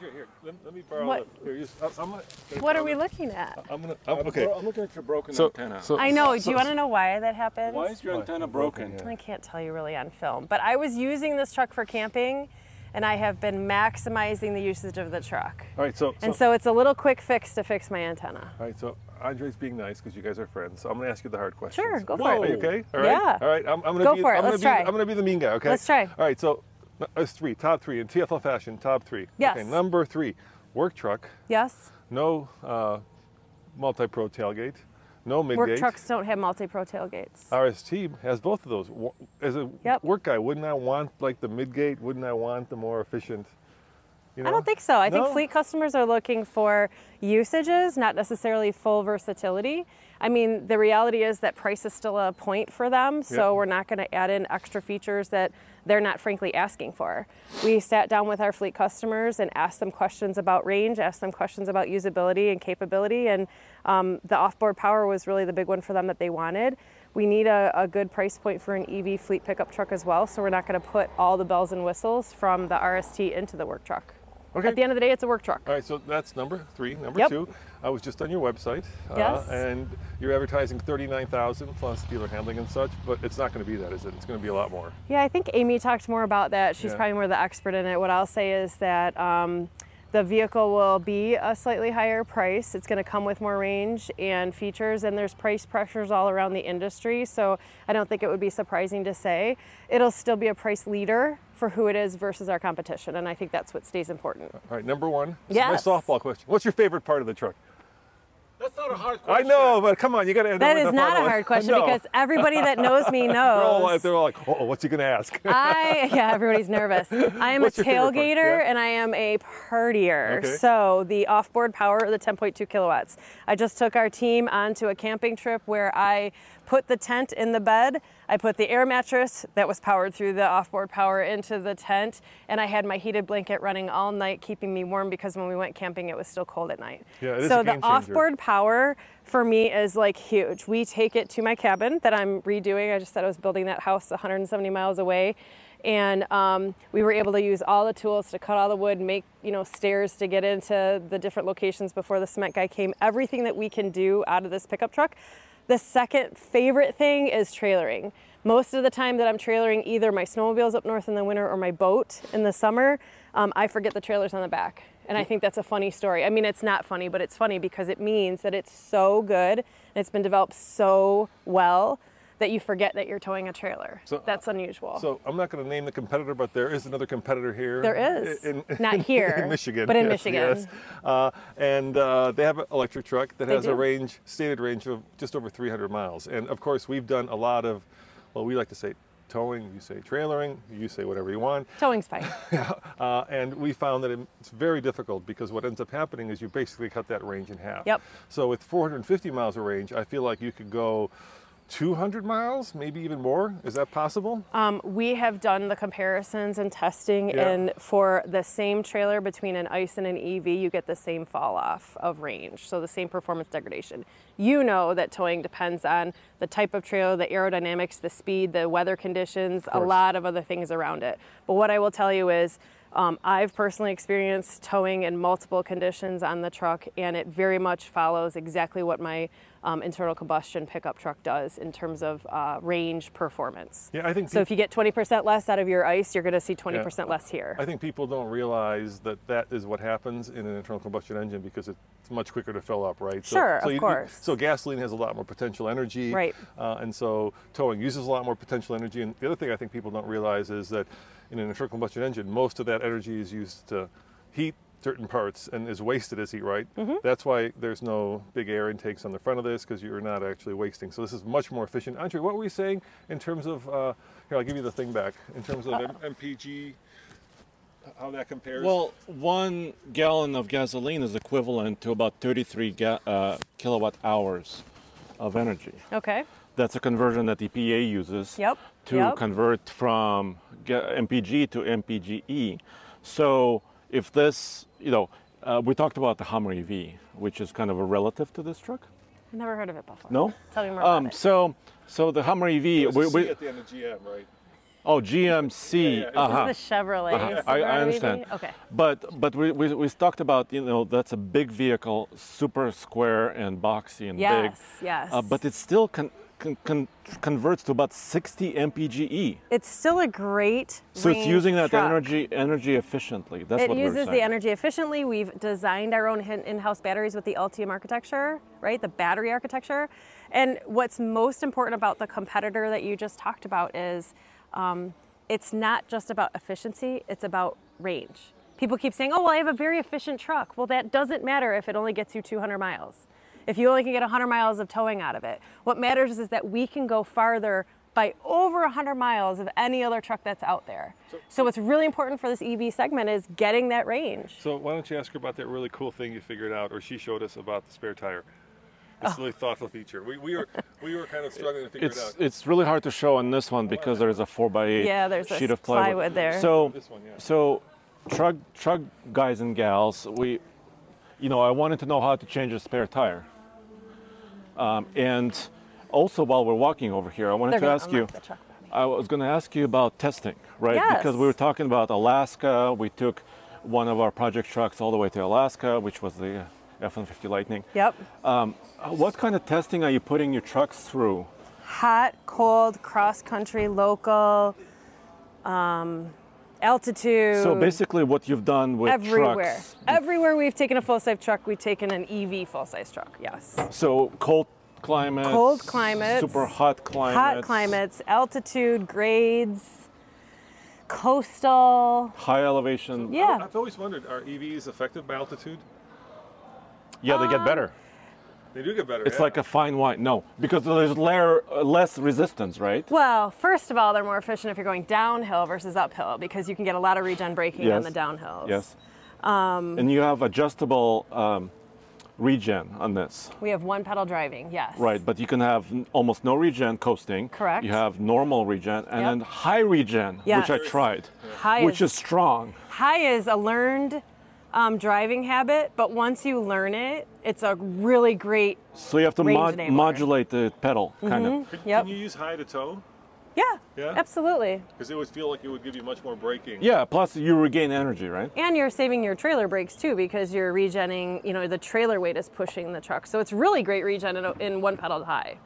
Speaker 3: Here, here, let, me borrow
Speaker 5: What-
Speaker 3: I'm gonna,
Speaker 5: What are we looking at?
Speaker 1: Oh,
Speaker 3: I'm gonna, okay.
Speaker 1: I'm looking at your broken antenna.
Speaker 5: I know. Do you want to know why that happens?
Speaker 1: oh, why is your antenna broken?
Speaker 5: I can't tell you really on film, but I was using this truck for camping and I have been maximizing the usage of the truck.
Speaker 3: All right, so,
Speaker 5: And so it's a little quick fix to fix my antenna.
Speaker 3: all right, so Andre's being nice because you guys are friends. So I'm gonna ask you the hard questions.
Speaker 5: Sure, go for
Speaker 3: Why? Are
Speaker 5: it.
Speaker 3: you okay? All right.
Speaker 5: Yeah.
Speaker 3: All right. I'm, I'm gonna
Speaker 5: Go
Speaker 3: be,
Speaker 5: for it,
Speaker 3: I'm gonna
Speaker 5: let's
Speaker 3: be-
Speaker 5: try.
Speaker 3: I'm gonna be the mean guy. Okay.
Speaker 5: Let's try.
Speaker 3: All right. So n- there's three, top three in TFL fashion, top three.
Speaker 5: Yes.
Speaker 3: Okay. Number three, work truck,
Speaker 5: Yes?
Speaker 3: no uh, multi-pro tailgate, no mid
Speaker 5: Work trucks don't have multi pro tailgates.
Speaker 3: RST has both of those. Wo- As a
Speaker 5: Yep.
Speaker 3: work guy, wouldn't I want like the midgate? Wouldn't I want the more efficient? You know?
Speaker 5: I don't think so. I
Speaker 3: No?
Speaker 5: think fleet customers are looking for usages, not necessarily full versatility. I mean, the reality is that price is still a point for them, so
Speaker 3: Yeah.
Speaker 5: we're not going to add in extra features that they're not frankly asking for. We sat down with our fleet customers and asked them questions about range, asked them questions about usability and capability, and um, the offboard power was really the big one for them that they wanted. We need a, a good price point for an EV fleet pickup truck as well, so we're not going to put all the bells and whistles from the RST into the work truck.
Speaker 3: Okay.
Speaker 5: At the end of the day, it's a work truck.
Speaker 3: All right, so that's number three. Number
Speaker 5: Yep.
Speaker 3: two, I was just on your website, uh,
Speaker 5: Yes.
Speaker 3: and you're advertising thirty-nine thousand plus dealer handling and such. But it's not going to be that, is it? It's going to be a lot more.
Speaker 5: Yeah, I think Amy talked more about that. She's
Speaker 3: Yeah.
Speaker 5: probably more the expert in it. What I'll say is that um, The vehicle will be a slightly higher price. It's going to come with more range and features, and there's price pressures all around the industry. So I don't think it would be surprising to say it'll still be a price leader for who it is versus our competition. And I think that's what stays important.
Speaker 3: All right, number one. This
Speaker 5: Yes.
Speaker 3: is my softball question. What's your favorite part of the truck?
Speaker 7: That's not a hard
Speaker 3: I know, but come on, you got to.
Speaker 5: That is not a hard
Speaker 3: <laughs>
Speaker 5: question because everybody that knows me
Speaker 3: they're all like,
Speaker 5: knows.
Speaker 3: they're all like, oh, what's he going to ask?
Speaker 5: I yeah, everybody's nervous. I am
Speaker 3: What's your
Speaker 5: a
Speaker 3: favorite part?
Speaker 5: tailgater
Speaker 3: Yeah.
Speaker 5: and I am a partier.
Speaker 3: Okay.
Speaker 5: So the off-board power of the 10.2 kilowatts. I just took our team onto a camping trip where I put the tent in the bed. I put the air mattress that was powered through the off-board power into the tent, and I had my heated blanket running all night, keeping me warm because when we went camping, it was still cold at night.
Speaker 3: Yeah, it is
Speaker 5: so
Speaker 3: a game
Speaker 5: the
Speaker 3: changer.
Speaker 5: off-board power for me is like huge. We take it to my cabin that I'm redoing. I just said I was building that house 170 miles away, and um, we were able to use all the tools to cut all the wood, make you know stairs to get into the different locations before the cement guy came. Everything that we can do out of this pickup truck. The second favorite thing is trailering. Most of the time that I'm trailering either my snowmobiles up north in the winter or my boat in the summer, um, I forget the trailers on the back. And I think that's a funny story. I mean, it's not funny, but it's funny because it means that it's so good and it's been developed so well that you forget that you're towing a trailer.
Speaker 3: So-
Speaker 5: that's unusual.
Speaker 3: so I'm not going to name the competitor, but there is another competitor here.
Speaker 5: There is.
Speaker 3: in- <laughs> in-
Speaker 5: Not here,
Speaker 3: in Michigan,
Speaker 5: but in
Speaker 3: yes,
Speaker 5: Michigan.
Speaker 3: Yes. Uh, and uh, they have an electric truck that
Speaker 5: They
Speaker 3: has a
Speaker 5: do.
Speaker 3: range, stated range of just over 300 miles. And of course, we've done a lot of, well, we like to say towing. You say trailering. You say whatever you want.
Speaker 5: Towing's fine.
Speaker 3: <laughs> Uh, and we found that it's very difficult because what ends up happening is you basically cut that range in half.
Speaker 5: Yep.
Speaker 3: So with 450 miles of range, I feel like you could go 200 miles, maybe even more. Is that possible?
Speaker 5: Um, we have done the comparisons and testing,
Speaker 3: Yeah.
Speaker 5: and for the same trailer between an ICE and an EV, you get the same fall off of range, so the same performance degradation. You know that towing depends on the type of trailer, the aerodynamics, the speed, the weather conditions, a lot of other things around it. But what I will tell you is, um, I've personally experienced towing in multiple conditions on the truck, and it very much follows exactly what my um, internal combustion pickup truck does in terms of uh, range performance.
Speaker 3: Yeah, I think
Speaker 5: So
Speaker 1: Mm.
Speaker 3: peop-
Speaker 5: if you get 20% less out of your ice, you're going to see 20%
Speaker 3: Yeah.
Speaker 5: less here.
Speaker 3: I think people don't realize that that is what happens in an internal combustion engine because it's much quicker to fill up, right?
Speaker 5: Sure, of course.
Speaker 3: so gasoline has a lot more potential energy,
Speaker 5: Right.
Speaker 3: Uh, and so towing uses a lot more potential energy. And the other thing I think people don't realize is that in an internal combustion engine, most of that energy is used to heat certain parts and is wasted as heat, right?
Speaker 5: Mm-hmm.
Speaker 3: That's why there's no big air intakes on the front of this because you're not actually wasting. So this is much more efficient. Andre, what were you saying in terms of? Uh, here, I'll give you the thing back in terms of M- MPG how that compares.
Speaker 1: Well, one gallon of gasoline is equivalent to about 33 ga- uh, kilowatt hours of energy.
Speaker 5: okay.
Speaker 1: That's a conversion that EPA uses
Speaker 5: Yep,
Speaker 1: to
Speaker 5: yep.
Speaker 1: convert from ga- MPG to MPGE. E. So if this, you know, uh, we talked about the Hummer EV, which is kind of a relative to this truck.
Speaker 5: I've never heard of it before.
Speaker 1: No.
Speaker 5: Tell me more about
Speaker 1: Um,
Speaker 5: it.
Speaker 1: so, so the Hummer EV. We,
Speaker 3: There's a C
Speaker 1: we,
Speaker 3: at the end of GM, right?
Speaker 1: oh, GMC.
Speaker 3: yeah, it's
Speaker 1: uh-huh.
Speaker 5: This is the Chevrolet.
Speaker 1: Uh-huh.
Speaker 5: so
Speaker 1: I,
Speaker 5: where
Speaker 1: I
Speaker 5: are we
Speaker 1: understand.
Speaker 5: being- Okay.
Speaker 1: But but we, we we talked about you know that's a big vehicle, super square and boxy and big.
Speaker 5: Yes, yes.
Speaker 1: Uh, but it still con, con, con, converts to about 60 mpge.
Speaker 5: It's still a great.
Speaker 1: E. So it's
Speaker 5: range
Speaker 1: using that
Speaker 5: truck.
Speaker 1: energy energy efficiently. That's
Speaker 5: It
Speaker 1: what we're
Speaker 5: uses
Speaker 1: saying.
Speaker 5: the energy efficiently. We've designed our own hin- in-house batteries with the Ultium architecture, right? The battery architecture. And what's most important about the competitor that you just talked about is um, it's not just about efficiency, it's about range. People keep saying, oh, well, I have a very efficient truck. Well, that doesn't matter if it only gets you 200 miles, if you only can get 100 miles of towing out of it. What matters is that we can go farther by over 100 miles of any other truck that's out there. So, what's really important for this EV segment is getting that range.
Speaker 3: So why don't you ask her about that really cool thing you figured out, or she showed us about the spare tire. It's a really thoughtful feature. We, we were we were kind of struggling to
Speaker 1: Oh.
Speaker 3: figure
Speaker 1: It's
Speaker 3: it out.
Speaker 1: it's really hard to show on this one because there's a four by eight
Speaker 5: Yeah, there's a
Speaker 1: sheet of
Speaker 5: plywood
Speaker 1: plywood.
Speaker 5: there.
Speaker 1: So
Speaker 3: This one, yeah.
Speaker 1: so truck truck guys and gals, we you know I wanted to know how to change a spare tire. Um, and also while we're walking over here, I wanted
Speaker 5: They're
Speaker 1: to
Speaker 5: gonna
Speaker 1: ask you.
Speaker 5: unlock the truck for me.
Speaker 1: I was going to ask you about testing, right? Because we
Speaker 5: Yes.
Speaker 1: were talking about Alaska. We took one of our project trucks all the way to Alaska, which was the F-150 Lightning.
Speaker 5: Yep.
Speaker 1: Um, what kind of testing are you putting your trucks through?
Speaker 5: Hot, cold, cross country, local, um, altitude.
Speaker 1: So basically, what you've done with
Speaker 5: everywhere.
Speaker 1: trucks.
Speaker 5: Everywhere we've taken a full size truck, we've taken an EV full size truck. Yes.
Speaker 1: So cold climates.
Speaker 5: Cold climates,
Speaker 1: Super hot climates.
Speaker 5: Hot climates, altitude, grades, coastal.
Speaker 1: High elevation. Yeah,
Speaker 5: Yeah.
Speaker 3: I've always wondered, are EVs affected by altitude?
Speaker 1: they get better.
Speaker 3: They do get better.
Speaker 1: It's
Speaker 3: yeah.
Speaker 1: like a fine wine. No, because there's layer, uh, less resistance, right?
Speaker 5: Well, first of all, they're more efficient if you're going downhill versus uphill because you can get a lot of regen braking on
Speaker 1: Yes.
Speaker 5: the downhills.
Speaker 1: Yes.
Speaker 5: um,
Speaker 1: and you have adjustable um, regen on this,
Speaker 5: We have one pedal driving, yes.
Speaker 1: right? But you can have n- almost no regen coasting.
Speaker 5: Correct.
Speaker 1: You have normal regen and
Speaker 5: Yep.
Speaker 1: then high regen,
Speaker 5: Yes.
Speaker 1: which I tried,
Speaker 5: High
Speaker 1: which is
Speaker 5: is-
Speaker 1: strong.
Speaker 5: High is a learned um, driving habit, but once you learn it, it's a really great.
Speaker 1: So you have to
Speaker 5: Range
Speaker 1: mod-
Speaker 5: enabler. Mm-hmm.
Speaker 1: modulate the pedal, kind of.
Speaker 3: Could-
Speaker 5: Yep.
Speaker 3: Can you use high to toe?
Speaker 5: Yeah,
Speaker 3: Yeah?
Speaker 5: absolutely.
Speaker 3: Because it would feel like it would give you much more braking.
Speaker 1: Yeah. Plus, you regain energy, right?
Speaker 5: And you're saving your trailer brakes too because you're regenning, you know, the trailer weight is pushing the truck. So it's really great regen in, a- in one pedal high.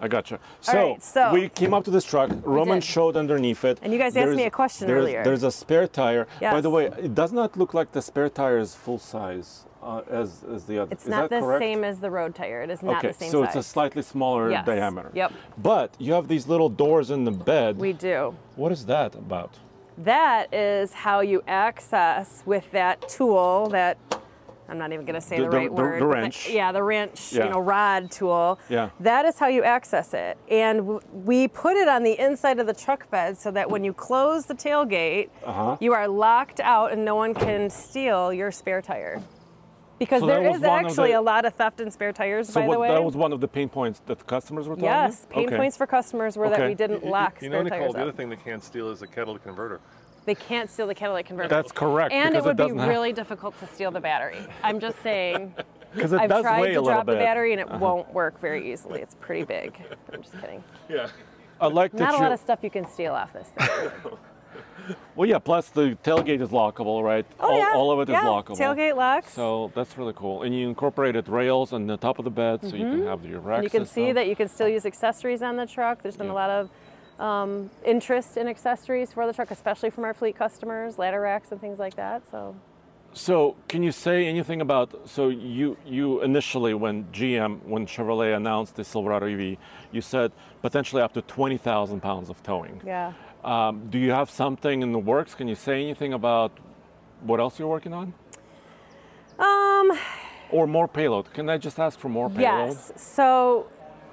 Speaker 1: I gotcha. So,
Speaker 5: right, so-
Speaker 1: we came up to this truck. Roman
Speaker 5: did.
Speaker 1: showed underneath it.
Speaker 5: And you guys asked
Speaker 1: There's-
Speaker 5: me a question
Speaker 1: there's-
Speaker 5: earlier.
Speaker 1: There's a spare tire. By the
Speaker 5: Yes.
Speaker 1: way, it does not look like the spare tire is full size uh, as, as the other.
Speaker 5: It's
Speaker 1: is
Speaker 5: not
Speaker 1: that
Speaker 5: the
Speaker 1: correct?
Speaker 5: same as the road tire. It is not
Speaker 1: Okay,
Speaker 5: the same
Speaker 1: so
Speaker 5: size.
Speaker 1: it's a slightly smaller
Speaker 5: Yes,
Speaker 1: diameter.
Speaker 5: yep.
Speaker 1: But you have these little doors in the bed.
Speaker 5: we do.
Speaker 1: what is that about?
Speaker 5: That is how you access with that tool that I'm not even going to say
Speaker 1: The-
Speaker 5: the,
Speaker 1: the-
Speaker 5: right
Speaker 1: the-
Speaker 5: word.
Speaker 1: the
Speaker 5: but
Speaker 1: wrench.
Speaker 5: yeah, the wrench,
Speaker 1: Yeah.
Speaker 5: you know, rod tool.
Speaker 1: Yeah.
Speaker 5: That is how you access it. And w- we put it on the inside of the truck bed so that when you close the tailgate,
Speaker 1: Uh-huh.
Speaker 5: you are locked out and no one can steal your spare tire. Because
Speaker 1: So that
Speaker 5: there
Speaker 1: was
Speaker 5: is
Speaker 1: one of
Speaker 5: actually
Speaker 1: the-
Speaker 5: a lot of theft in spare tires,
Speaker 1: So
Speaker 5: by
Speaker 1: what,
Speaker 5: the way.
Speaker 1: that was one of the pain points that the customers were telling me?
Speaker 5: yes, pain
Speaker 1: Okay.
Speaker 5: points for customers were
Speaker 1: Okay.
Speaker 5: that we didn't
Speaker 3: You- you-
Speaker 5: lock
Speaker 3: You know,
Speaker 5: spare
Speaker 3: Nicole,
Speaker 5: tires.
Speaker 3: the
Speaker 5: up.
Speaker 3: other thing they can't steal is a catalytic converter.
Speaker 5: They can't steal the catalytic converter.
Speaker 1: That's correct,
Speaker 5: And
Speaker 1: because
Speaker 5: it
Speaker 1: it
Speaker 5: would be
Speaker 1: doesn't have-
Speaker 5: really difficult to steal the battery. I'm just saying.
Speaker 1: Because <laughs> it
Speaker 5: I've
Speaker 1: does
Speaker 5: tried
Speaker 1: weigh
Speaker 5: to
Speaker 1: a little
Speaker 5: drop
Speaker 1: bit. Uh-huh.
Speaker 5: the battery and it won't work very easily. It's pretty big. I'm just kidding.
Speaker 3: Yeah.
Speaker 1: I like that
Speaker 5: Not a
Speaker 1: you,
Speaker 5: lot of stuff you can steal off this thing.
Speaker 1: Well, yeah. Plus the tailgate is lockable, right?
Speaker 5: Oh,
Speaker 1: all,
Speaker 5: yeah.
Speaker 1: all of it is
Speaker 5: Yeah,
Speaker 1: lockable.
Speaker 5: Tailgate locks.
Speaker 1: So that's really cool. And you incorporated rails on the top of the bed so you can have your racks.
Speaker 5: Mm-hmm. And you can
Speaker 1: and
Speaker 5: see
Speaker 1: stuff.
Speaker 5: that you can still use accessories on the truck. There's been
Speaker 1: Yeah.
Speaker 5: a lot of um, interest in accessories for the truck, especially from our fleet customers, ladder racks and things like that. So
Speaker 1: So can you say anything about so you you initially when GM when Chevrolet announced the Silverado EV, you said potentially up to twenty thousand pounds of towing.
Speaker 5: yeah.
Speaker 1: Um, do you have something in the works? Can you say anything about what else you're working on?
Speaker 5: Um,
Speaker 1: Or more payload? Can I just ask for more payload?
Speaker 5: Yes. So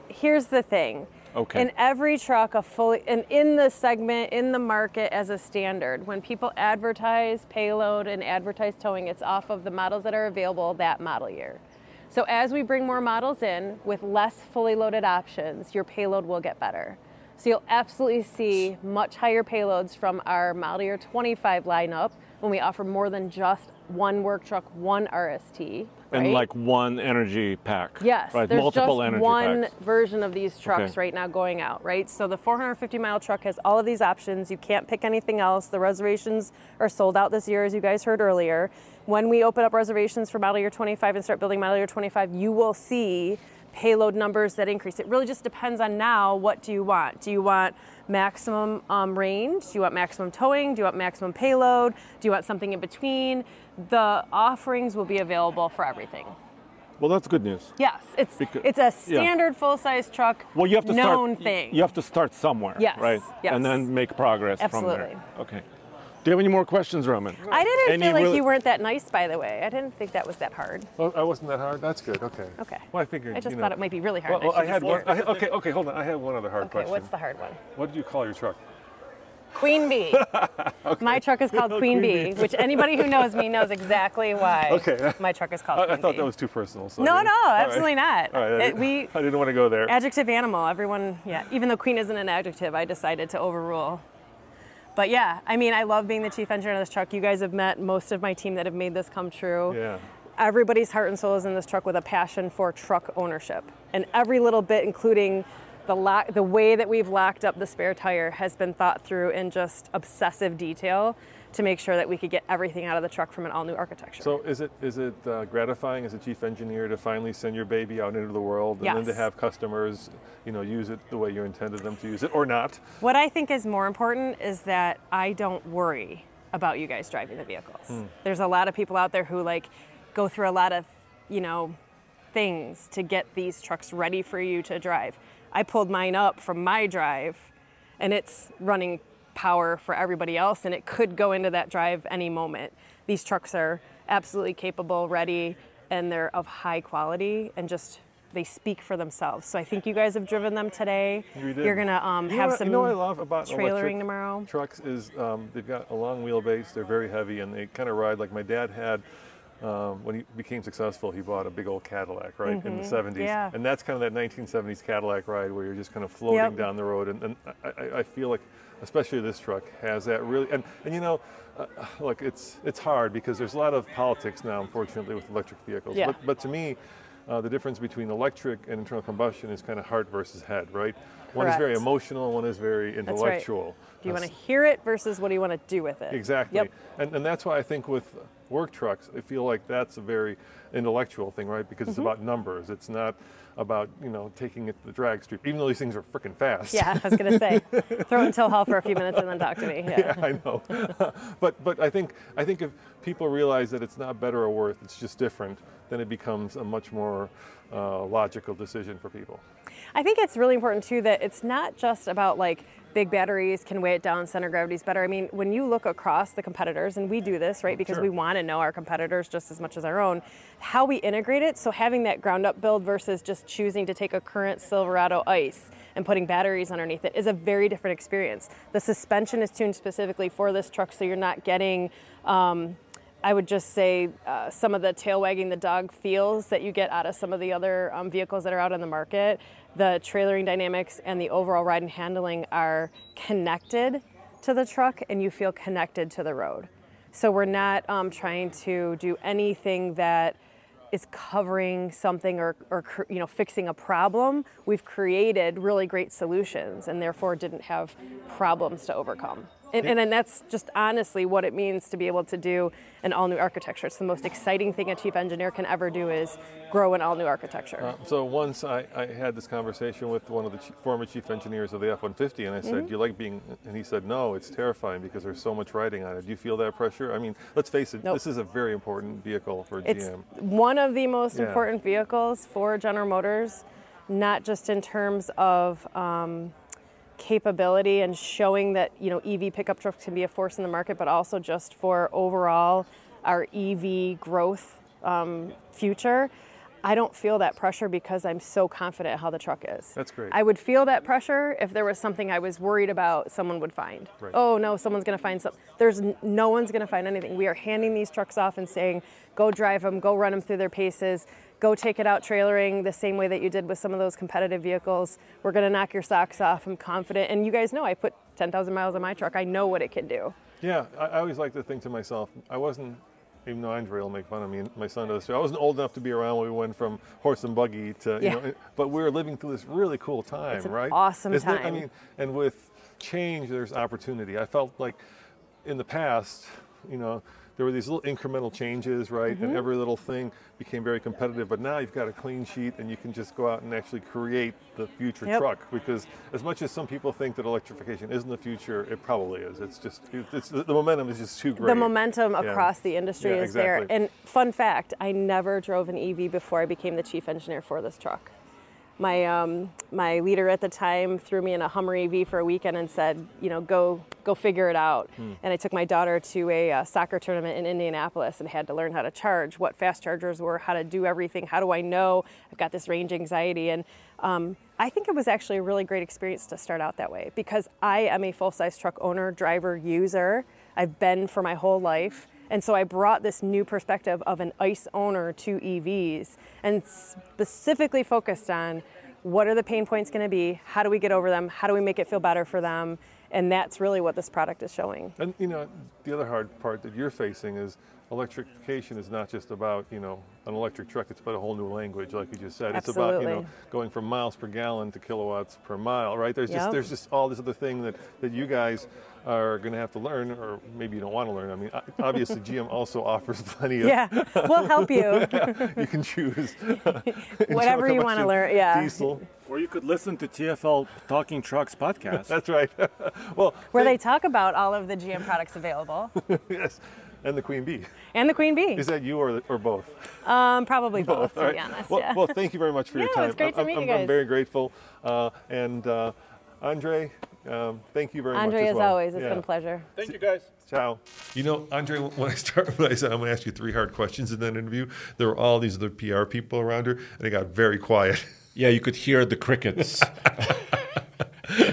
Speaker 5: here's the thing.
Speaker 1: Okay.
Speaker 5: In every truck, a fully and in the segment, in the market as a standard, when people advertise payload and advertise towing, it's off of the models that are available that model year. So as we bring more models in with less fully loaded options, your payload will get better. So you'll absolutely see much higher payloads from our model year 25 lineup when we offer more than just one work truck, one RST.
Speaker 1: And
Speaker 5: right?
Speaker 1: like one energy pack.
Speaker 5: Yes,
Speaker 1: Right.
Speaker 5: there's
Speaker 1: Multiple
Speaker 5: just
Speaker 1: energy
Speaker 5: one
Speaker 1: packs.
Speaker 5: version of these trucks
Speaker 1: Okay.
Speaker 5: right now going out, right? So the 450 mile truck has all of these options. You can't pick anything else. The reservations are sold out this year, as you guys heard earlier. When we open up reservations for model year 25 and start building model year 25, you will see payload numbers that increase. It really just depends on now what do you want? Do you want maximum um, range? Do you want maximum towing? Do you want maximum payload? Do you want something in between? The offerings will be available for everything.
Speaker 1: Well, that's good news.
Speaker 5: Yes, it's
Speaker 1: Becau-
Speaker 5: it's a standard full-size truck.
Speaker 1: Well, you have to
Speaker 5: known
Speaker 1: start. y-
Speaker 5: thing.
Speaker 1: You have to start somewhere,
Speaker 5: Yes,
Speaker 1: right?
Speaker 5: yes.
Speaker 1: And then make progress from
Speaker 5: Absolutely.
Speaker 1: there. Okay. Do you have any more questions, Roman?
Speaker 5: I didn't
Speaker 1: Any
Speaker 5: feel like
Speaker 1: really-
Speaker 5: you weren't that nice, by the way. I didn't think that was that hard.
Speaker 3: Well, Oh, I wasn't that hard. That's good. Okay.
Speaker 5: Okay.
Speaker 3: Well, I figured.
Speaker 5: I just
Speaker 3: you know.
Speaker 5: thought it might be really
Speaker 3: Well,
Speaker 5: hard.
Speaker 3: well,
Speaker 5: should
Speaker 3: I had
Speaker 5: just-
Speaker 3: one. I, okay, okay, hold on. I had one other hard
Speaker 5: Okay,
Speaker 3: question.
Speaker 5: what's the hard one?
Speaker 3: What did you call your truck?
Speaker 5: Queen Bee.
Speaker 3: <laughs>
Speaker 5: My truck is called Queen,
Speaker 3: Queen
Speaker 5: Bee, which anybody who knows me
Speaker 3: <laughs>
Speaker 5: knows exactly why
Speaker 3: Okay.
Speaker 5: my truck is called
Speaker 3: I, I
Speaker 5: Queen
Speaker 3: thought
Speaker 5: Bee.
Speaker 3: that was too personal. So
Speaker 5: no,
Speaker 3: I didn't-
Speaker 5: no,
Speaker 3: all right.
Speaker 5: absolutely not.
Speaker 3: All right. I
Speaker 5: It-
Speaker 1: <laughs>
Speaker 3: didn't-
Speaker 5: we
Speaker 3: I didn't want to go there.
Speaker 5: adjective animal. Everyone, yeah. Even though queen isn't an adjective, I decided to overrule. But yeah, I mean, I love being the chief engineer of this truck. You guys have met most of my team that have made this come true.
Speaker 3: Yeah.
Speaker 5: Everybody's heart and soul is in this truck with a passion for truck ownership, and every little bit, including the lock, the way that we've locked up the spare tire, has been thought through in just obsessive detail to make sure that we could get everything out of the truck from an all-new architecture.
Speaker 3: So is it is it uh, gratifying as a chief engineer to finally send your baby out into the world and then to
Speaker 5: Yes.
Speaker 3: have customers, you know, use it the way you intended them to use it or not?
Speaker 5: What I think is more important is that I don't worry about you guys driving the vehicles.
Speaker 3: Hmm.
Speaker 5: There's a lot of people out there who like go through a lot of, you know, things to get these trucks ready for you to drive. I pulled mine up from my drive and it's running power for everybody else and it could go into that drive any moment. These trucks are absolutely capable, ready, and they're of high quality and just they speak for themselves. So I think you guys have driven them today.
Speaker 3: We did.
Speaker 5: You're gonna um,
Speaker 3: You know
Speaker 5: have
Speaker 3: what-
Speaker 5: some
Speaker 3: You know what I love about
Speaker 5: trailering
Speaker 3: electric
Speaker 5: tomorrow.
Speaker 3: Trucks is um, they've got a long wheelbase. They're very heavy and they kind of ride like my dad had. Um, when he became successful, he bought a big old Cadillac, right, in the 70s.
Speaker 5: Mm-hmm. yeah.
Speaker 3: And that's kind of that 1970s Cadillac ride where you're just kind of floating
Speaker 5: Yep.
Speaker 3: down the road. And, and I, I- I feel like, especially this truck, has that really. And, and you know, uh, look, it's, it's hard because there's a lot of politics now, unfortunately, with electric vehicles.
Speaker 5: Yeah.
Speaker 3: But, but to me, uh, the difference between electric and internal combustion is kind of heart versus head, right? One is very
Speaker 5: Correct.
Speaker 3: emotional, one is very
Speaker 5: That's right.
Speaker 3: intellectual.
Speaker 5: Do you want to
Speaker 3: That's-
Speaker 5: hear it versus what do you want to do with it?
Speaker 3: Exactly.
Speaker 5: Yep.
Speaker 3: And, and that's why I think with work trucks, I feel like that's a very intellectual thing, right? Because
Speaker 5: Mm-hmm.
Speaker 3: it's about numbers. It's not about, you know, taking it to the drag strip, even though these things are freaking fast.
Speaker 5: Yeah, I was gonna say, throw it until hell for a few minutes and then talk to me. Yeah.
Speaker 3: Yeah, <laughs> I know. <laughs> but but I think I think if people realize that it's not better or worse, it's just different, then it becomes a much more uh, logical decision for people.
Speaker 5: I think it's really important too that it's not just about like big batteries can weigh it down, center gravity's better. I mean, when you look across the competitors, and we do this right because
Speaker 3: Sure.
Speaker 5: we want to know our competitors just as much as our own, how we integrate it. So having that ground up build versus just choosing to take a current Silverado Ice and putting batteries underneath it is a very different experience. The suspension is tuned specifically for this truck, so you're not getting. Um, I would just say uh, some of the tail wagging the dog feels that you get out of some of the other um, vehicles that are out on the market. The trailering dynamics and the overall ride and handling are connected to the truck, and you feel connected to the road. So we're not um, trying to do anything that is covering something or, or cr- you know fixing a problem. We've created really great solutions, and therefore didn't have problems to overcome. And, and, and that's just honestly what it means to be able to do an all new architecture. It's the most exciting thing a chief engineer can ever do is grow an all new architecture.
Speaker 3: So once I, I had this conversation with one of the chief, former chief engineers of the F-150, and I said,
Speaker 5: Mm-hmm.
Speaker 3: "Do you like being?" And he said, "No, it's terrifying because there's so much riding on it. Do you feel that pressure? I mean, let's face it,
Speaker 5: Nope.
Speaker 3: this is a very important vehicle for
Speaker 5: It's
Speaker 3: GM.
Speaker 5: one of the most
Speaker 3: Yeah.
Speaker 5: important vehicles for General Motors, not just in terms of um, capability and showing that you know EV pickup trucks can be a force in the market, but also just for overall our EV growth um, future. I don't feel that pressure because I'm so confident how the truck is.
Speaker 3: That's great.
Speaker 5: I would feel that pressure if there was something I was worried about someone would find.
Speaker 3: Right.
Speaker 5: Oh no, someone's going to find something. There's n- no one's going to find anything. We are handing these trucks off and saying, go drive them, go run them through their paces, go take it out trailering the same way that you did with some of those competitive vehicles. We're going to knock your socks off. I'm confident. And you guys know I put 10,000 miles on my truck. I know what it can do.
Speaker 3: Yeah, I, I always like to think to myself, I wasn't, even though Andre will make fun of me, and my son does too. I wasn't old enough to be around when we went from horse and buggy to,
Speaker 5: Yeah.
Speaker 3: you know, but we were living through this really cool time,
Speaker 5: It's an
Speaker 3: right?
Speaker 5: awesome
Speaker 3: Isn't it? I
Speaker 5: time.
Speaker 3: mean, and with change, there's opportunity. I felt like in the past, you know, there were these little incremental changes, right?
Speaker 5: Mm-hmm.
Speaker 3: And every little thing became very competitive. But now you've got a clean sheet and you can just go out and actually create the future
Speaker 5: Yep.
Speaker 3: truck. Because as much as some people think that electrification isn't the future, it probably is. It's just, it's, the momentum is just too great.
Speaker 5: The momentum
Speaker 3: Yeah.
Speaker 5: across the industry
Speaker 3: Yeah,
Speaker 5: is there.
Speaker 3: exactly.
Speaker 5: And fun fact, I never drove an EV before I became the chief engineer for this truck. My um, my leader at the time threw me in a Hummer EV for a weekend and said, you know, go go figure it out. And I took my daughter to a uh, soccer tournament in Indianapolis and had to learn how to charge, what fast chargers were, how to do everything. How do I know I've got this range anxiety? And um, I think it was actually a really great experience to start out that way because I am a full size truck owner, driver, user. I've been for my whole life. And so I brought this new perspective of an ICE owner to EVs and specifically focused on what are the pain points going to be? How do we get over them? How do we make it feel better for them? And that's really what this product is showing.
Speaker 3: And you know, the other hard part that you're facing is electrification is not just about you know an electric truck. It's about a whole new language, like you just said. It's about you know
Speaker 5: Absolutely.
Speaker 3: going from miles per gallon to kilowatts per mile, right? There's just
Speaker 5: Yep.
Speaker 3: there's just all this other thing that that you guys are going to have to learn, or maybe you don't want to learn. I mean, o- obviously GM also <laughs> offers plenty of
Speaker 5: Yeah, we'll help you.
Speaker 3: <laughs> you can
Speaker 5: <laughs>
Speaker 3: choose <laughs>
Speaker 5: Whatever you wanna
Speaker 3: Internal
Speaker 5: learn, yeah.
Speaker 3: diesel.
Speaker 4: Or you could listen to TFL Talking Trucks podcast.
Speaker 3: That's right. <laughs> well,
Speaker 5: Where they talk about all of the GM products available
Speaker 3: yes, and the queen bee.
Speaker 5: and the Queen Bee.
Speaker 3: Is that you or, or both?
Speaker 5: Um, probably both,
Speaker 3: All
Speaker 5: to be
Speaker 3: right.
Speaker 5: honest.
Speaker 3: well,
Speaker 5: yeah.
Speaker 3: well, thank you very much for your
Speaker 5: <laughs> No,
Speaker 3: time.
Speaker 5: it's great to
Speaker 3: I'm,
Speaker 5: meet you
Speaker 3: I'm, I'm
Speaker 5: guys.
Speaker 3: very grateful. Uh, and uh, Andre, um, thank you very much.
Speaker 5: Andre, as
Speaker 3: well.
Speaker 5: always, it's been
Speaker 3: Yeah.
Speaker 5: a pleasure.
Speaker 4: Thank you guys.
Speaker 3: Ciao. You know, Andre, <laughs> when I started, when I said I'm going to ask you three hard questions in that interview, there were all these other PR people around her, and it got very quiet. <laughs>
Speaker 1: Yeah, you could hear the <laughs> crickets.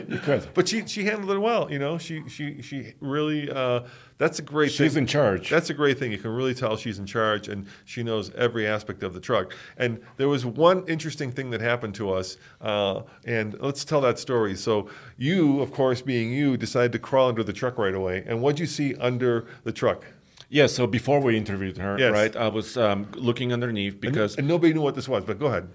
Speaker 1: you could.
Speaker 3: But she she handled it well, you know. She she she really. Uh, that's a great.
Speaker 1: She's
Speaker 3: thing.
Speaker 1: in charge.
Speaker 3: That's a great thing. You can really tell she's in charge, and she knows every aspect of the truck. And there was one interesting thing that happened to us, uh, and let's tell that story. So you, of course, being you, decided to crawl under the truck right away. And what'd you see under the truck?
Speaker 1: Yeah, so before we interviewed her,
Speaker 3: Yes.
Speaker 1: right, I was um, looking underneath because,
Speaker 3: and nobody knew what this was, but go ahead.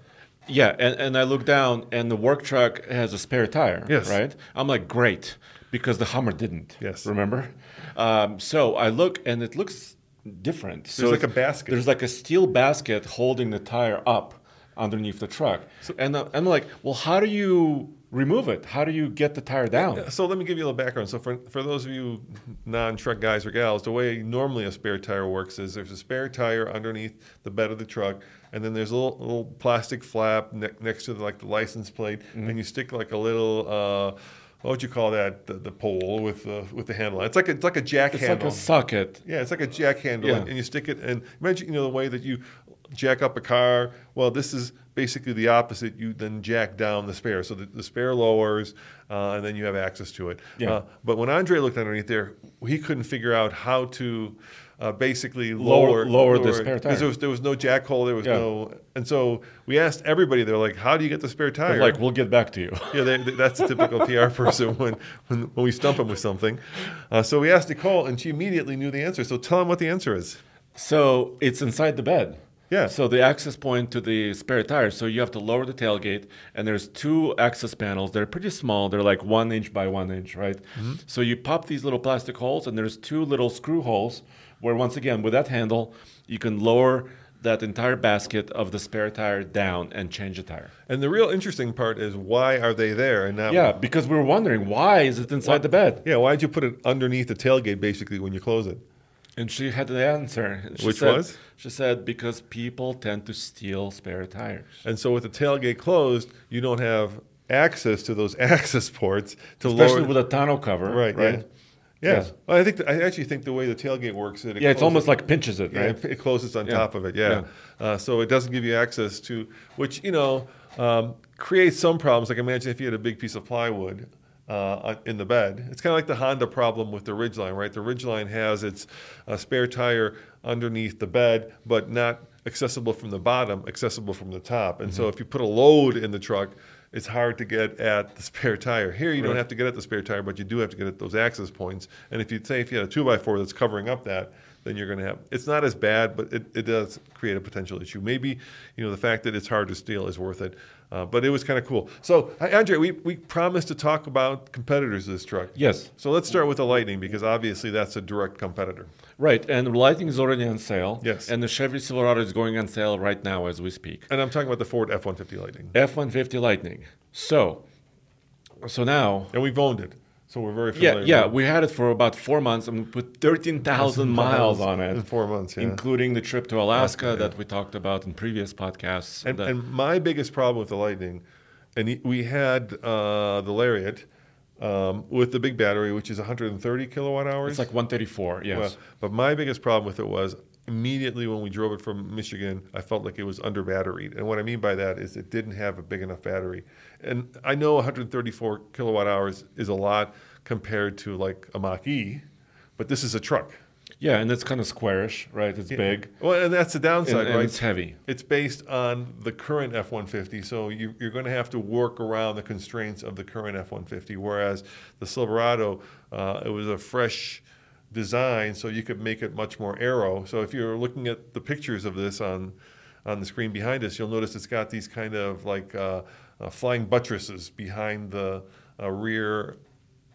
Speaker 1: yeah, and, and I looked down and the work truck has a spare tire,
Speaker 3: Yes.
Speaker 1: right? I'm like, great, because the Hummer didn't.
Speaker 3: Yes.
Speaker 1: Remember? Um, so I look and it looks different. There's so
Speaker 3: like a basket.
Speaker 1: There's like a steel basket holding the tire up underneath the truck. and I- I'm like, well, how do you remove it? How do you get the tire down?
Speaker 3: So let me give you a little background. So for, for those of you non-truck guys or gals, the way normally a spare tire works is there's a spare tire underneath the bed of the truck, and then there's a little, little plastic flap ne- next to the, like the license plate,
Speaker 1: Mm-hmm.
Speaker 3: and you stick like a little. Uh, what would you call that? The, the pole with the with the handle. on it. It's like a, it's like a jack
Speaker 1: It's like
Speaker 3: handle.
Speaker 1: a socket.
Speaker 3: Yeah, it's like a jack handle,
Speaker 1: Yeah.
Speaker 3: and, and you stick it. And imagine, you know, the way that you jack up a car. Well, this is basically the opposite. You then jack down the spare, so the, the spare lowers, uh, and then you have access to it.
Speaker 1: Yeah.
Speaker 3: Uh, but when Andre looked underneath there, he couldn't figure out how to. Uh, basically
Speaker 1: Lower-
Speaker 3: lower
Speaker 1: lower the spare
Speaker 3: 'cause
Speaker 1: tire.
Speaker 3: There was, there was no jack hole. There was
Speaker 1: Yeah.
Speaker 3: no, and so we asked everybody. They're like, "How do you get the spare tire?"
Speaker 1: Like, we'll get back to you.
Speaker 3: Yeah, they, they- that's a typical PR person <laughs> when, when, when we stump them with something. Uh, so we asked Nicole, and she immediately knew the answer. So tell them what the answer is.
Speaker 1: So it's inside the bed.
Speaker 3: Yeah.
Speaker 1: So the access point to the spare tire. So you have to lower the tailgate, and there's two access panels. They're pretty small. They're like one inch by one inch, right?
Speaker 3: Mm-hmm.
Speaker 1: So you pop these little plastic holes, and there's two little screw holes where, once again, with that handle, you can lower that entire basket of the spare tire down and change the tire.
Speaker 3: And the real interesting part is why are they there and not?
Speaker 1: Yeah, because we were wondering why is it inside the bed,
Speaker 3: Yeah, why'd you put it underneath the tailgate basically when you close it?
Speaker 1: and she had the answer. She
Speaker 3: Which
Speaker 1: said-
Speaker 3: was?
Speaker 1: She said because people tend to steal spare tires.
Speaker 3: And so with the tailgate closed, you don't have access to those <laughs> access ports to
Speaker 1: especially
Speaker 3: lower
Speaker 1: with a tonneau cover,
Speaker 3: right,
Speaker 1: Right.
Speaker 3: Yeah. Yeah.
Speaker 1: Yeah.
Speaker 3: Well, I think I actually think the way the tailgate works, it
Speaker 1: Yeah, it's
Speaker 3: closes-
Speaker 1: almost like pinches it,
Speaker 3: Yeah,
Speaker 1: right?
Speaker 3: it, it closes on top of it. Yeah. Uh, so it doesn't give you access to, which you know, um, creates some problems. Like imagine if you had a big piece of plywood uh, on- in the bed. It's kind of like the Honda problem with the Ridgeline, right? The Ridgeline has its uh, spare tire underneath the bed, but not accessible from the bottom, accessible from the top. And so if you put a load in the truck. It's hard to get at the <laughs> spare tire. Here, you don't have to get at the spare tire, but you do have to get at those access points. And if you say if you had a two by four that's covering up that, then you're going to have it's not as bad but it, it does create a potential issue maybe you know the fact that it's hard to steal is worth it uh, but it was kind of cool so uh, andre we, we promised to talk about competitors of this truck
Speaker 1: Yes.
Speaker 3: so let's start with the lightning because obviously that's a direct competitor
Speaker 1: Right, and Lightning is already on sale.
Speaker 3: Yes. Uh,
Speaker 1: And the Chevy Silverado is going on sale right now as we speak.
Speaker 3: and i'm talking about the ford f-150 lightning
Speaker 1: F one fifty Lightning. So, so now.
Speaker 3: and we've owned it so we're very
Speaker 1: Yeah,
Speaker 3: familiar
Speaker 1: yeah,
Speaker 3: with it.
Speaker 1: we had it for about four months and we put 13,000 miles on it.
Speaker 3: in four months, yeah.
Speaker 1: Including the trip to Alaska that we talked about in previous podcasts.
Speaker 3: and,
Speaker 1: that-
Speaker 3: and my biggest problem with the lightning and y- we had uh, the lariat um, with the big battery which is 130 kilowatt hours
Speaker 1: it's like 134, yes.
Speaker 3: Well, but my biggest problem with it was immediately when we drove it from Michigan, I felt like it was under batteried. And what I mean by that is it didn't have a big enough battery. And I know 134 kilowatt hours is a lot compared to like a Mach E, but this is a truck.
Speaker 1: yeah, and it's kind of squarish, right? It's big.
Speaker 3: Well, and that's the downside,
Speaker 1: and
Speaker 3: right?
Speaker 1: it's heavy.
Speaker 3: It's based on the current F 150, so you, you're going to have to work around the constraints of the current F 150. Whereas the Silverado, uh, it was a fresh design so you could make it much more arrow. So if you're looking at the pictures of this on on the screen behind us, you'll notice it's got these kind of like uh, uh, flying buttresses behind the uh, rear.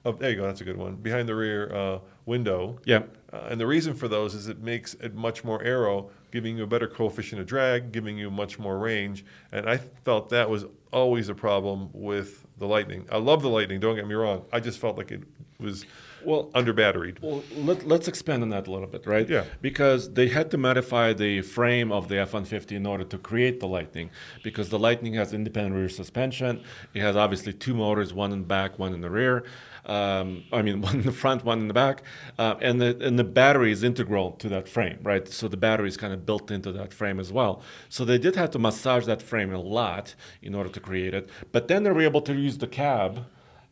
Speaker 3: Of, there you go. That's a good one. Behind the rear uh, window.
Speaker 1: Yeah.
Speaker 3: Uh, and the reason for those is it makes it much more arrow, giving you a better coefficient of drag, giving you much more range. And I felt that was always a problem with the Lightning. I love the Lightning. Don't get me wrong. I just felt like it was well under batteried.
Speaker 1: Well, let, let's expand on that a little bit, right?
Speaker 3: Yeah.
Speaker 1: Because they had to modify the frame of the F 150 in order to create the Lightning, because the Lightning has independent rear suspension. It has obviously two motors, one in the back, one in the rear. Um, I mean, <laughs> one in the front, one in the back. Uh, and, the, and the battery is integral to that frame, right? So the battery is kind of built into that frame as well. So they did have to massage that frame a lot in order to create it. But then they were able to use the cab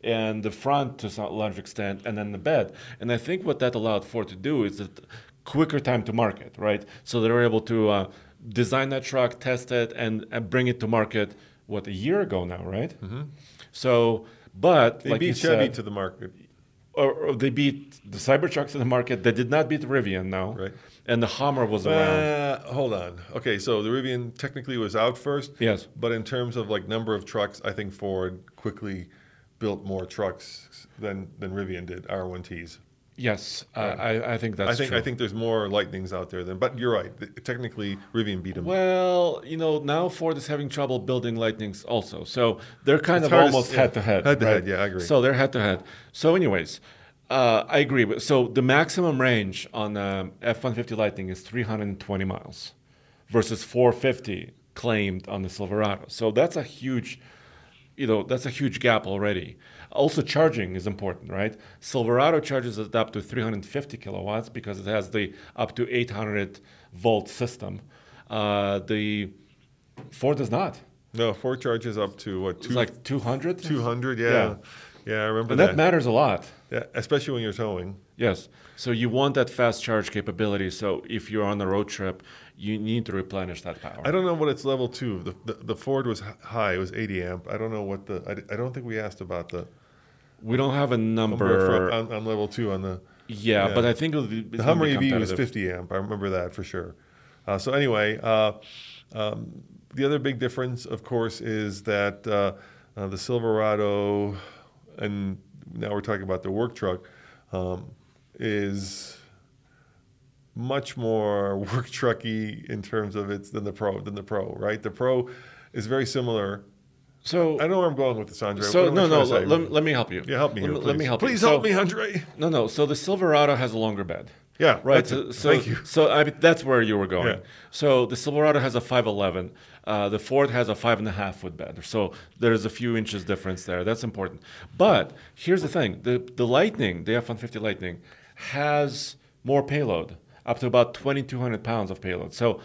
Speaker 1: and the front to some large extent, and then the bed. And I think what that allowed Ford to do is a quicker time to market, right? So they were able to uh, design that truck, test it, and, and bring it to market. What a year ago now, right? Mm-hmm. So, but
Speaker 3: They
Speaker 1: like you
Speaker 3: beat Chevy
Speaker 1: said-
Speaker 3: to the market.
Speaker 1: or, or they beat the Cybertruck to the market. They did not beat Rivian now,
Speaker 3: Right.
Speaker 1: And the Hummer was around.
Speaker 3: Uh, hold on. Okay, so the Rivian technically was out first.
Speaker 1: Yes.
Speaker 3: But in terms of like number of trucks, I think Ford quickly built more trucks than than Rivian did R1Ts.
Speaker 1: Yes, I I, I think that's
Speaker 3: I think
Speaker 1: true.
Speaker 3: I think there's more Lightnings out there than. But you're right. Th- Technically, Rivian beat them.
Speaker 1: Well, you know, now Ford is having trouble building Lightnings also. So they're kind of
Speaker 3: It's hard to
Speaker 1: almost
Speaker 3: s- yeah,
Speaker 1: head to head.
Speaker 3: head-to-head, yeah, I agree.
Speaker 1: So they're head to head. So, anyways, uh, I agree. with- So the maximum range on um, F 150 Lightning is 320 miles versus 450 claimed on the Silverado. So that's a huge. You know that's a huge gap already. Also, charging is important, right? Silverado charges it up to 350 kilowatts because it has the up to 800 volt system. Uh, the Ford does not.
Speaker 3: No, Ford charges up to what? Two,
Speaker 1: It's like 200.
Speaker 3: 200. Yeah.
Speaker 1: Yeah.
Speaker 3: yeah. I remember
Speaker 1: And
Speaker 3: that.
Speaker 1: that matters a lot.
Speaker 3: yeah, especially when you're towing.
Speaker 1: Yes. So you want that fast charge capability. So if you're on a road trip, you need to replenish that power.
Speaker 3: I don't know what its level two. The, the, the Ford was h- high. It was 80 amp. I don't know what the. I, d- I don't think we asked about the
Speaker 1: we don't have a number.
Speaker 3: number for, on, on level two on the.
Speaker 1: yeah,
Speaker 3: Um, yeah.
Speaker 1: but I think it'll be, it's
Speaker 3: The
Speaker 1: gonna
Speaker 3: Hummer E
Speaker 1: be
Speaker 3: EV was
Speaker 1: competitive.
Speaker 3: 50 amp. I remember that for sure. Uh, so anyway, uh, um, the other big difference, of course, is that uh, uh, the Silverado, and now we're talking about the work truck, um, is much more <laughs> work trucky in terms of its than the pro than the pro. Right, the pro is very similar.
Speaker 1: So
Speaker 3: I know where I'm going with this, Andre.
Speaker 1: So
Speaker 3: What am I
Speaker 1: no, no.
Speaker 3: trying to
Speaker 1: Let,
Speaker 3: say?
Speaker 1: let, let me help you.
Speaker 3: yeah, help me
Speaker 1: Let,
Speaker 3: here,
Speaker 1: me-
Speaker 3: please.
Speaker 1: let me help you.
Speaker 3: Please
Speaker 1: So-
Speaker 3: help me, Andre.
Speaker 1: No, no. So the Silverado has a longer bed.
Speaker 3: Yeah,
Speaker 1: Right.
Speaker 3: that's
Speaker 1: So,
Speaker 3: it.
Speaker 1: so,
Speaker 3: Thank you.
Speaker 1: So I mean, that's where you were going.
Speaker 3: Yeah.
Speaker 1: So the Silverado has a 511. Uh, the Ford has a five and a half foot bed. So there's a few inches difference there. That's important. But here's the thing: the the Lightning, the F-150 Lightning, has more payload, up to about 2,200 pounds of payload. So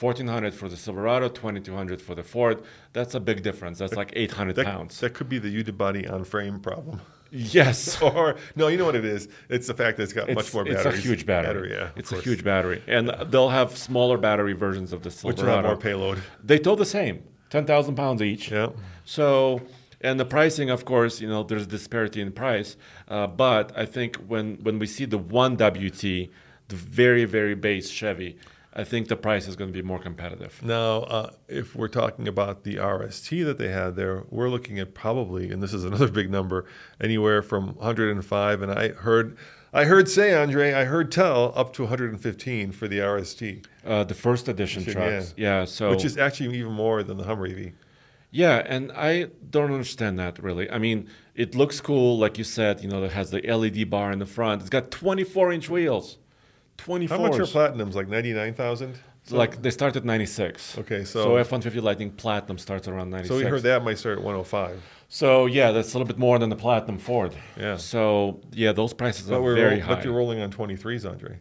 Speaker 1: 1,400 for the Silverado, 2,200 for the Ford. That's a big difference. That's like 800
Speaker 3: That,
Speaker 1: pounds.
Speaker 3: that could be the unibody on frame problem.
Speaker 1: yes.
Speaker 3: <laughs> or no, you know what it is? It's the fact that it's got much more
Speaker 1: it's
Speaker 3: batteries.
Speaker 1: a huge battery.
Speaker 3: yeah, of
Speaker 1: it's a
Speaker 3: course.
Speaker 1: huge battery, and they'll have smaller battery versions of the
Speaker 3: Which
Speaker 1: Silverado.
Speaker 3: will have more payload.
Speaker 1: They tow the same, ten thousand pounds each.
Speaker 3: Yeah.
Speaker 1: So, and the pricing, of course, you know, there's disparity in price, uh, but I think when when we see the one WT, the very very base Chevy, I think the price is going to be more competitive.
Speaker 3: Now, uh, if we're talking about the RST that they had there, we're looking at probably, and this is another <laughs> big number, anywhere from 105. And I heard, I heard say Andre, I heard tell up to 115 for the RST,
Speaker 1: Uh, the first edition trucks, yeah. So
Speaker 3: which is actually even more than the Hummer E EV.
Speaker 1: Yeah, and I don't understand that really. I mean, it looks cool, like you said, you know, it has the LED bar in the front. It's got 24 inch wheels. 24.
Speaker 3: How much are platinums? Like 99,000.
Speaker 1: like they start at 96.
Speaker 3: Okay, so-
Speaker 1: F 150 Lightning Platinum starts around 96.
Speaker 3: So we heard that might start at 105.
Speaker 1: So yeah, that's a little bit more than the Platinum Ford.
Speaker 3: Yeah.
Speaker 1: So yeah, those prices
Speaker 3: But
Speaker 1: are
Speaker 3: we're
Speaker 1: very
Speaker 3: roll-
Speaker 1: high.
Speaker 3: but you're rolling on 23s, Andre.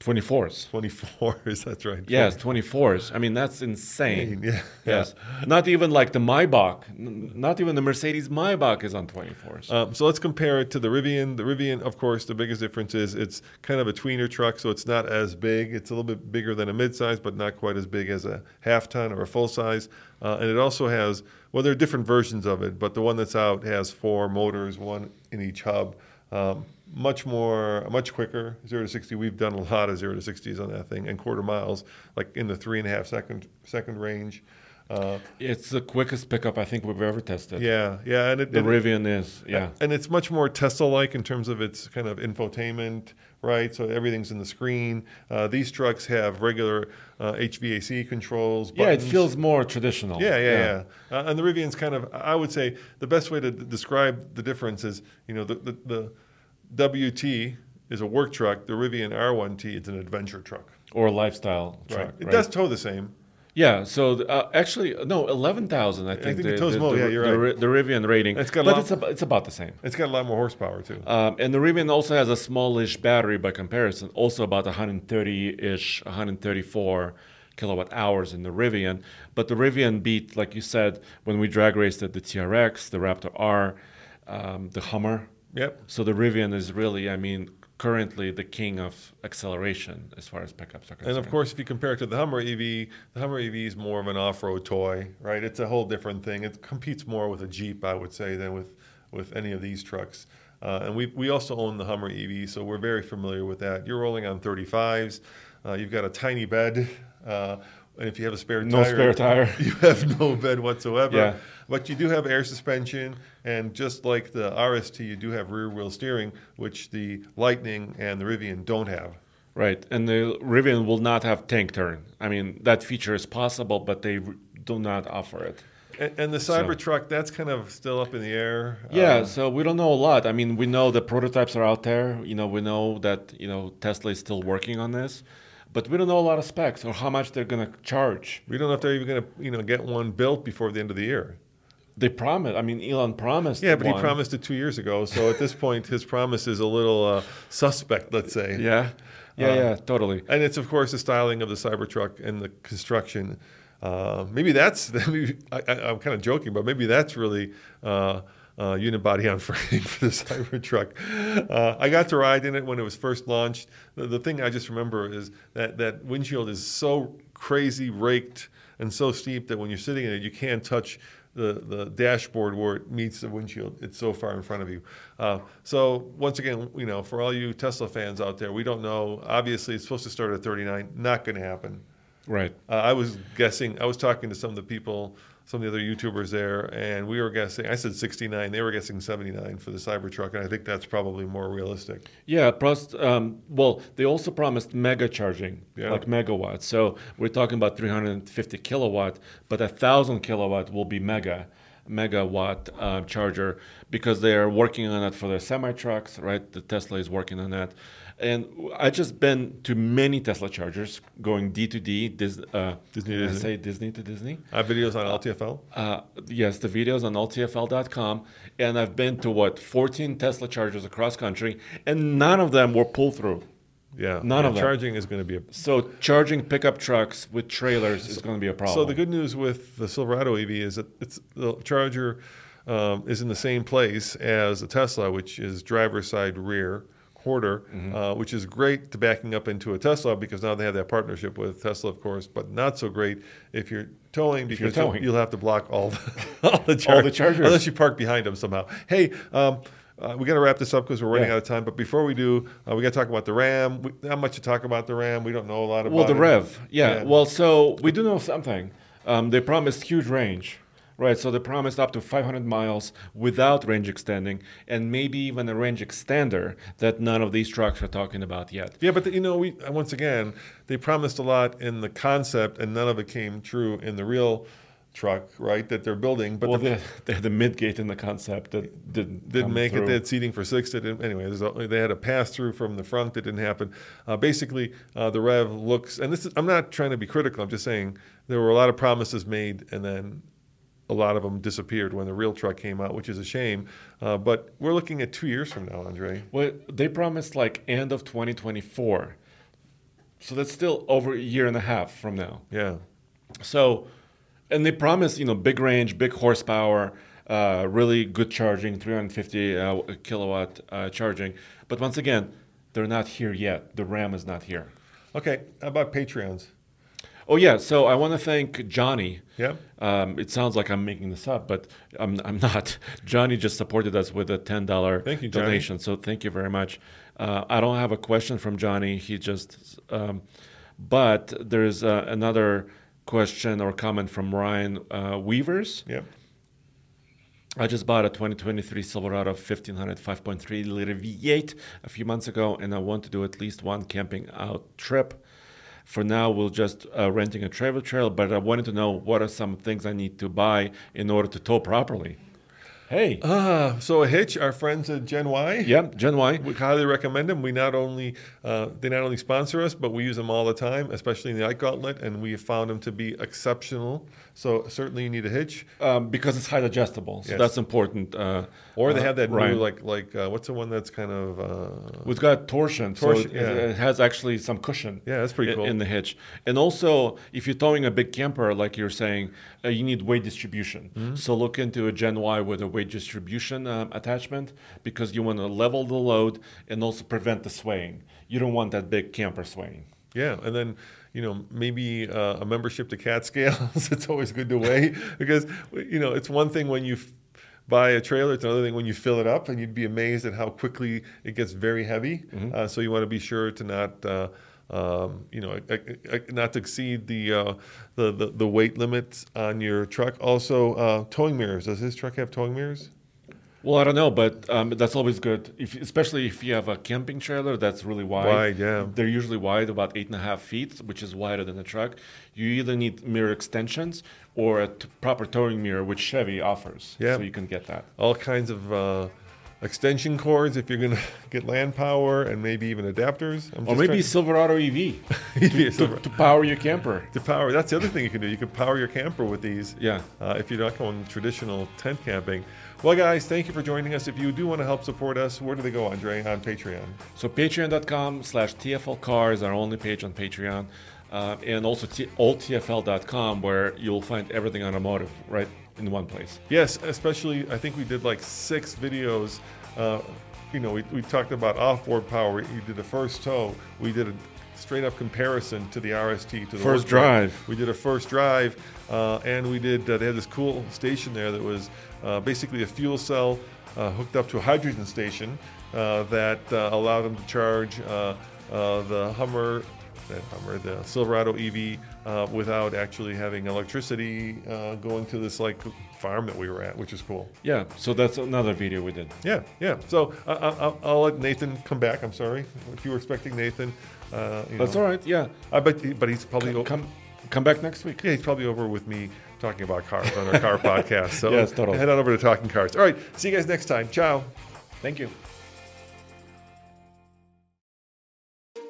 Speaker 1: 24s.
Speaker 3: <laughs> 24s. That's right.
Speaker 1: Yes, 24s. I mean, that's insane.
Speaker 3: Yeah.
Speaker 1: Yes. Not even like the Maybach, n- not even the Mercedes Maybach is on 24s.
Speaker 3: Um, so let's compare it to the Rivian. The Rivian, of course, the biggest difference is it's kind of a tweener truck, so it's not as big. It's a little bit bigger than a midsize, but not quite as big as a half ton or a full size. Uh, and it also has, well, there are different versions of it, but the one that's out has four motors, one in each hub. Um, much more, much quicker. Zero to sixty, we've done a lot of zero to sixties on that thing, and quarter miles, like in the three and a half second second range. Uh,
Speaker 1: It's the quickest pickup I think we've ever tested.
Speaker 3: yeah, yeah, and it, Uh,
Speaker 1: The
Speaker 3: and-
Speaker 1: Rivian is, yeah.
Speaker 3: and it's much more Tesla-like in terms of its kind of infotainment, right? So everything's in the screen. Uh, these trucks have regular uh, HVAC controls.
Speaker 1: Yeah, it
Speaker 3: buttons.
Speaker 1: feels more traditional.
Speaker 3: Yeah, yeah, yeah. Uh, and the Rivian's kind of, I would say, the best way to d- describe the difference is, you know, the, the, the WT is a work truck. The Rivian R1T is an adventure truck.
Speaker 1: Or lifestyle truck.
Speaker 3: right. It
Speaker 1: right?
Speaker 3: does tow the same.
Speaker 1: Yeah, so uh, actually, no, 11,000, I think.
Speaker 3: think
Speaker 1: the,
Speaker 3: it tows
Speaker 1: the,
Speaker 3: more,
Speaker 1: the-
Speaker 3: yeah, you're
Speaker 1: the,
Speaker 3: right.
Speaker 1: Ri- the Rivian rating.
Speaker 3: It's got a
Speaker 1: but
Speaker 3: lot-
Speaker 1: it's, about, it's about the same.
Speaker 3: It's got a lot more horsepower, too.
Speaker 1: Um, and the Rivian also has a smallish battery by comparison, also about 130 ish, 134 kilowatt hours in the Rivian. But the Rivian beat, like you said, when we drag raced at the TRX, the Raptor R, um, the Hummer.
Speaker 3: Yep.
Speaker 1: So the Rivian is really, I mean, currently the king of acceleration as far as pickups are concerned.
Speaker 3: And of course, if you compare it to the Hummer EV, the Hummer EV is more of an off-road toy, right? It's a whole different thing. It competes more with a Jeep, I would say, than with with any of these trucks. Uh, and we we also own the Hummer EV, so we're very familiar with that. You're rolling on 35s. Uh, you've got a tiny bed. Uh, and if you have a spare
Speaker 1: No
Speaker 3: tire,
Speaker 1: spare tire.
Speaker 3: <laughs> you have no bed whatsoever.
Speaker 1: Yeah.
Speaker 3: But you do have air suspension, and just like the RST, you do have rear-wheel steering, which the Lightning and the Rivian don't have.
Speaker 1: Right, and the Rivian will not have tank turn. I mean, that feature is possible, but they r- do not offer it.
Speaker 3: And, and the Cybertruck, that's kind of still up in the air. Uh,
Speaker 1: Yeah, so we don't know a lot. I mean, we know the prototypes are out there. You know, we know that you know Tesla is still working on this, but we don't know a lot of specs or how much they're gonna charge.
Speaker 3: we don't know if they're even going to, you know, get one built before the end of the year.
Speaker 1: They promised. I mean, Elon promised.
Speaker 3: Yeah, but he
Speaker 1: one.
Speaker 3: promised it two years ago. So at this point, his promise is a little uh, suspect, let's say.
Speaker 1: <laughs> Yeah, Uh, yeah, yeah, totally.
Speaker 3: And it's of course the styling of the Cybertruck and the construction. Uh, maybe that's <laughs> maybe, I, I, I'm kind of joking, but maybe that's really uh, uh, unibody on <laughs> frame for the Cybertruck. Uh, I got to ride in it when it was first launched. The, the thing I just remember is that that windshield is so crazy raked and so steep that when you're sitting in it, you can't touch the, the dashboard where it meets the windshield. It's so far in front of you. Uh, so once again, you know, for all you Tesla fans out there, we don't know. Obviously, it's supposed to start at 39. Not going to happen.
Speaker 1: Right.
Speaker 3: Uh, I was guessing. I was talking to some of the people, some of the other YouTubers there, and we were guessing. I said 69. They were guessing 79 for the Cybertruck, and I think that's probably more realistic.
Speaker 1: Yeah, plus, um, well, they also promised mega charging,
Speaker 3: Yeah.
Speaker 1: like megawatts. So we're talking about 350 kilowatt, but a thousand kilowatt will be mega megawatt uh, charger because they are working on it for their semi trucks, right? The Tesla is working on that, and I just been to many Tesla chargers going D to D, Dis, uh,
Speaker 3: Disney
Speaker 1: did
Speaker 3: to
Speaker 1: I
Speaker 3: Disney.
Speaker 1: say Disney to Disney.
Speaker 3: I have Uh, videos on LTFL.
Speaker 1: Uh, yes, the videos on ltfl.com, and I've been to what 14 Tesla chargers across country, and none of them were pull through.
Speaker 3: Yeah,
Speaker 1: none
Speaker 3: yeah,
Speaker 1: of them.
Speaker 3: charging is going to be a
Speaker 1: So charging pickup trucks with trailers is going to be a problem.
Speaker 3: So the good news with the Silverado EV is that it's the charger um, is in the same place as the Tesla, which is driver side rear quarter,
Speaker 1: Mm-hmm.
Speaker 3: uh, which is great to backing up into a Tesla because now they have that partnership with Tesla, of course. But not so great if you're towing because
Speaker 1: you're
Speaker 3: you'll-
Speaker 1: towing.
Speaker 3: You'll, have to block all the, <laughs> all the,
Speaker 1: All
Speaker 3: char-
Speaker 1: the chargers.
Speaker 3: unless you park behind them somehow. Hey. Um, uh, we got to wrap this up because we're running
Speaker 1: Yeah.
Speaker 3: out of time. But before we do, uh, we got to talk about the RAM. We, not much to talk about the RAM. We don't know a lot about
Speaker 1: well, the
Speaker 3: it.
Speaker 1: Rev, yeah. Well, so we do know something. Um, they promised huge range, right? So they promised up to 500 miles without range extending, and maybe even a range extender that none of these trucks are talking about yet.
Speaker 3: Yeah, but the, you know, we uh, once again they promised a lot in the concept, and none of it came true in the real truck, right? That they're building, but
Speaker 1: Well,
Speaker 3: the,
Speaker 1: they, they had the <laughs> midgate in the concept that didn't
Speaker 3: didn't
Speaker 1: come
Speaker 3: make it.
Speaker 1: through.
Speaker 3: They had seating for six. They didn't. Anyway, there's a, they had a pass through from the front that didn't happen. Uh, basically, uh, the Rev looks, and this is, I'm not trying to be critical. I'm just saying there were a lot of promises made, and then a lot of them disappeared when the real truck came out, which is a shame. Uh, but we're looking at two years from now, Andre.
Speaker 1: Well, they promised like end of 2024, so that's still over a year and a half from now.
Speaker 3: Yeah.
Speaker 1: So, and they promise, you know, big range, big horsepower, uh, really good charging, 350 uh, kilowatt uh, charging. But once again, they're not here yet. The RAM is not here.
Speaker 3: Okay. How about Patreons?
Speaker 1: Oh yeah, so I want to thank Johnny.
Speaker 3: Yeah.
Speaker 1: Um, it sounds like I'm making this up, but I'm, I'm not. <laughs> Johnny just supported us with a ten dollar
Speaker 3: Thank you, Johnny.
Speaker 1: donation, so thank you very much. Uh, I don't have a question from Johnny. He just, um, but there's uh, another question or comment from Ryan uh, Weavers.
Speaker 3: Yeah.
Speaker 1: I just bought a 2023 Silverado 1500 5.3 liter V8 a few months ago, and I want to do at least one camping out trip. For now, we'll just uh, renting a travel trailer, but I wanted to know what are some things I need to buy in order to tow properly. Hey,
Speaker 3: Uh, so a hitch, our friends at Gen Y.
Speaker 1: yeah, Gen Y.
Speaker 3: We highly recommend them. We not only uh, they not only sponsor us, but we use them all the time, especially in the Ike outlet, and we have found them to be exceptional. So certainly you need a hitch,
Speaker 1: Um, because it's height adjustable, so
Speaker 3: Yes.
Speaker 1: that's important. Uh,
Speaker 3: or they have that
Speaker 1: right.
Speaker 3: new like like uh, what's the one that's kind of uh,
Speaker 1: We've got torsion, so
Speaker 3: Torsion,
Speaker 1: it,
Speaker 3: yeah.
Speaker 1: it has actually some cushion.
Speaker 3: Yeah, that's pretty
Speaker 1: i-
Speaker 3: cool.
Speaker 1: In the hitch, and also if you're towing a big camper, like you're saying, uh, you need weight distribution.
Speaker 3: Mm-hmm.
Speaker 1: So look into a Gen Y with a weight distribution um, attachment because you want to level the load and also prevent the swaying. You don't want that big camper swaying.
Speaker 3: Yeah, and then you know maybe uh, a membership to Cat Scales. <laughs> it's always good to weigh <laughs> because you know it's one thing when you f- buy a trailer; it's another thing when you fill it up, and you'd be amazed at how quickly it gets very heavy.
Speaker 1: Mm-hmm.
Speaker 3: Uh, so you want to be sure to not. Uh, um, you know, e- e- e- not to exceed the, uh, the the the weight limits on your truck. Also, uh, towing mirrors. Does his truck have towing mirrors?
Speaker 1: Well, I don't know, but um, that's always good, if, especially if you have a camping trailer that's really wide.
Speaker 3: Wide, yeah.
Speaker 1: They're usually wide, about eight and a half feet, which is wider than a truck. You either need mirror extensions or a t- proper towing mirror, which Chevy offers.
Speaker 3: Yeah.
Speaker 1: So you can get that.
Speaker 3: all kinds of uh, extension cords if you're going to <laughs> get land power and maybe even adapters. I'm
Speaker 1: Or
Speaker 3: just E
Speaker 1: maybe
Speaker 3: trying-
Speaker 1: Silverado EV
Speaker 3: <laughs>
Speaker 1: to,
Speaker 3: Yeah, so-
Speaker 1: to power your camper.
Speaker 3: to power. That's the other thing you can do. You can power your camper with these.
Speaker 1: Yeah.
Speaker 3: Uh, if you're not going traditional tent camping. Well, guys, thank you for joining us. If you do want to help support us, where do they go, Andre? On Patreon.
Speaker 1: So patreon.com slash TFL car is our only page on Patreon. Uh, and also t- oldtfl.com where you'll find everything automotive right in one place.
Speaker 3: Yes, especially I think we did like six videos. Uh, you know, we, we talked about offboard power. You did a first tow. We did a straight up comparison to the RST to the
Speaker 1: First
Speaker 3: work truck.
Speaker 1: drive.
Speaker 3: We did a first drive, uh, and we did. Uh, they had this cool station there that was uh, basically a fuel cell uh, hooked up to a hydrogen station uh, that uh, allowed them to charge uh, uh, the Hummer, that Hummer, the Silverado EV, uh, without actually having electricity uh, going to this like farm that we were at, which is cool.
Speaker 1: Yeah, so that's another video we did.
Speaker 3: Yeah, yeah. So I, I, I'll- I'll let Nathan come back. I'm sorry if you were expecting Nathan. Uh, you
Speaker 1: That's
Speaker 3: know.
Speaker 1: all right, yeah.
Speaker 3: I bet, he- but he's probably o-
Speaker 1: come come back next week.
Speaker 3: Yeah, he's probably over with me talking about cars on our car
Speaker 1: <laughs>
Speaker 3: podcast. So
Speaker 1: Yes, totally.
Speaker 3: head on over to Talking Cars. All right. See you guys next time. Ciao.
Speaker 1: Thank you.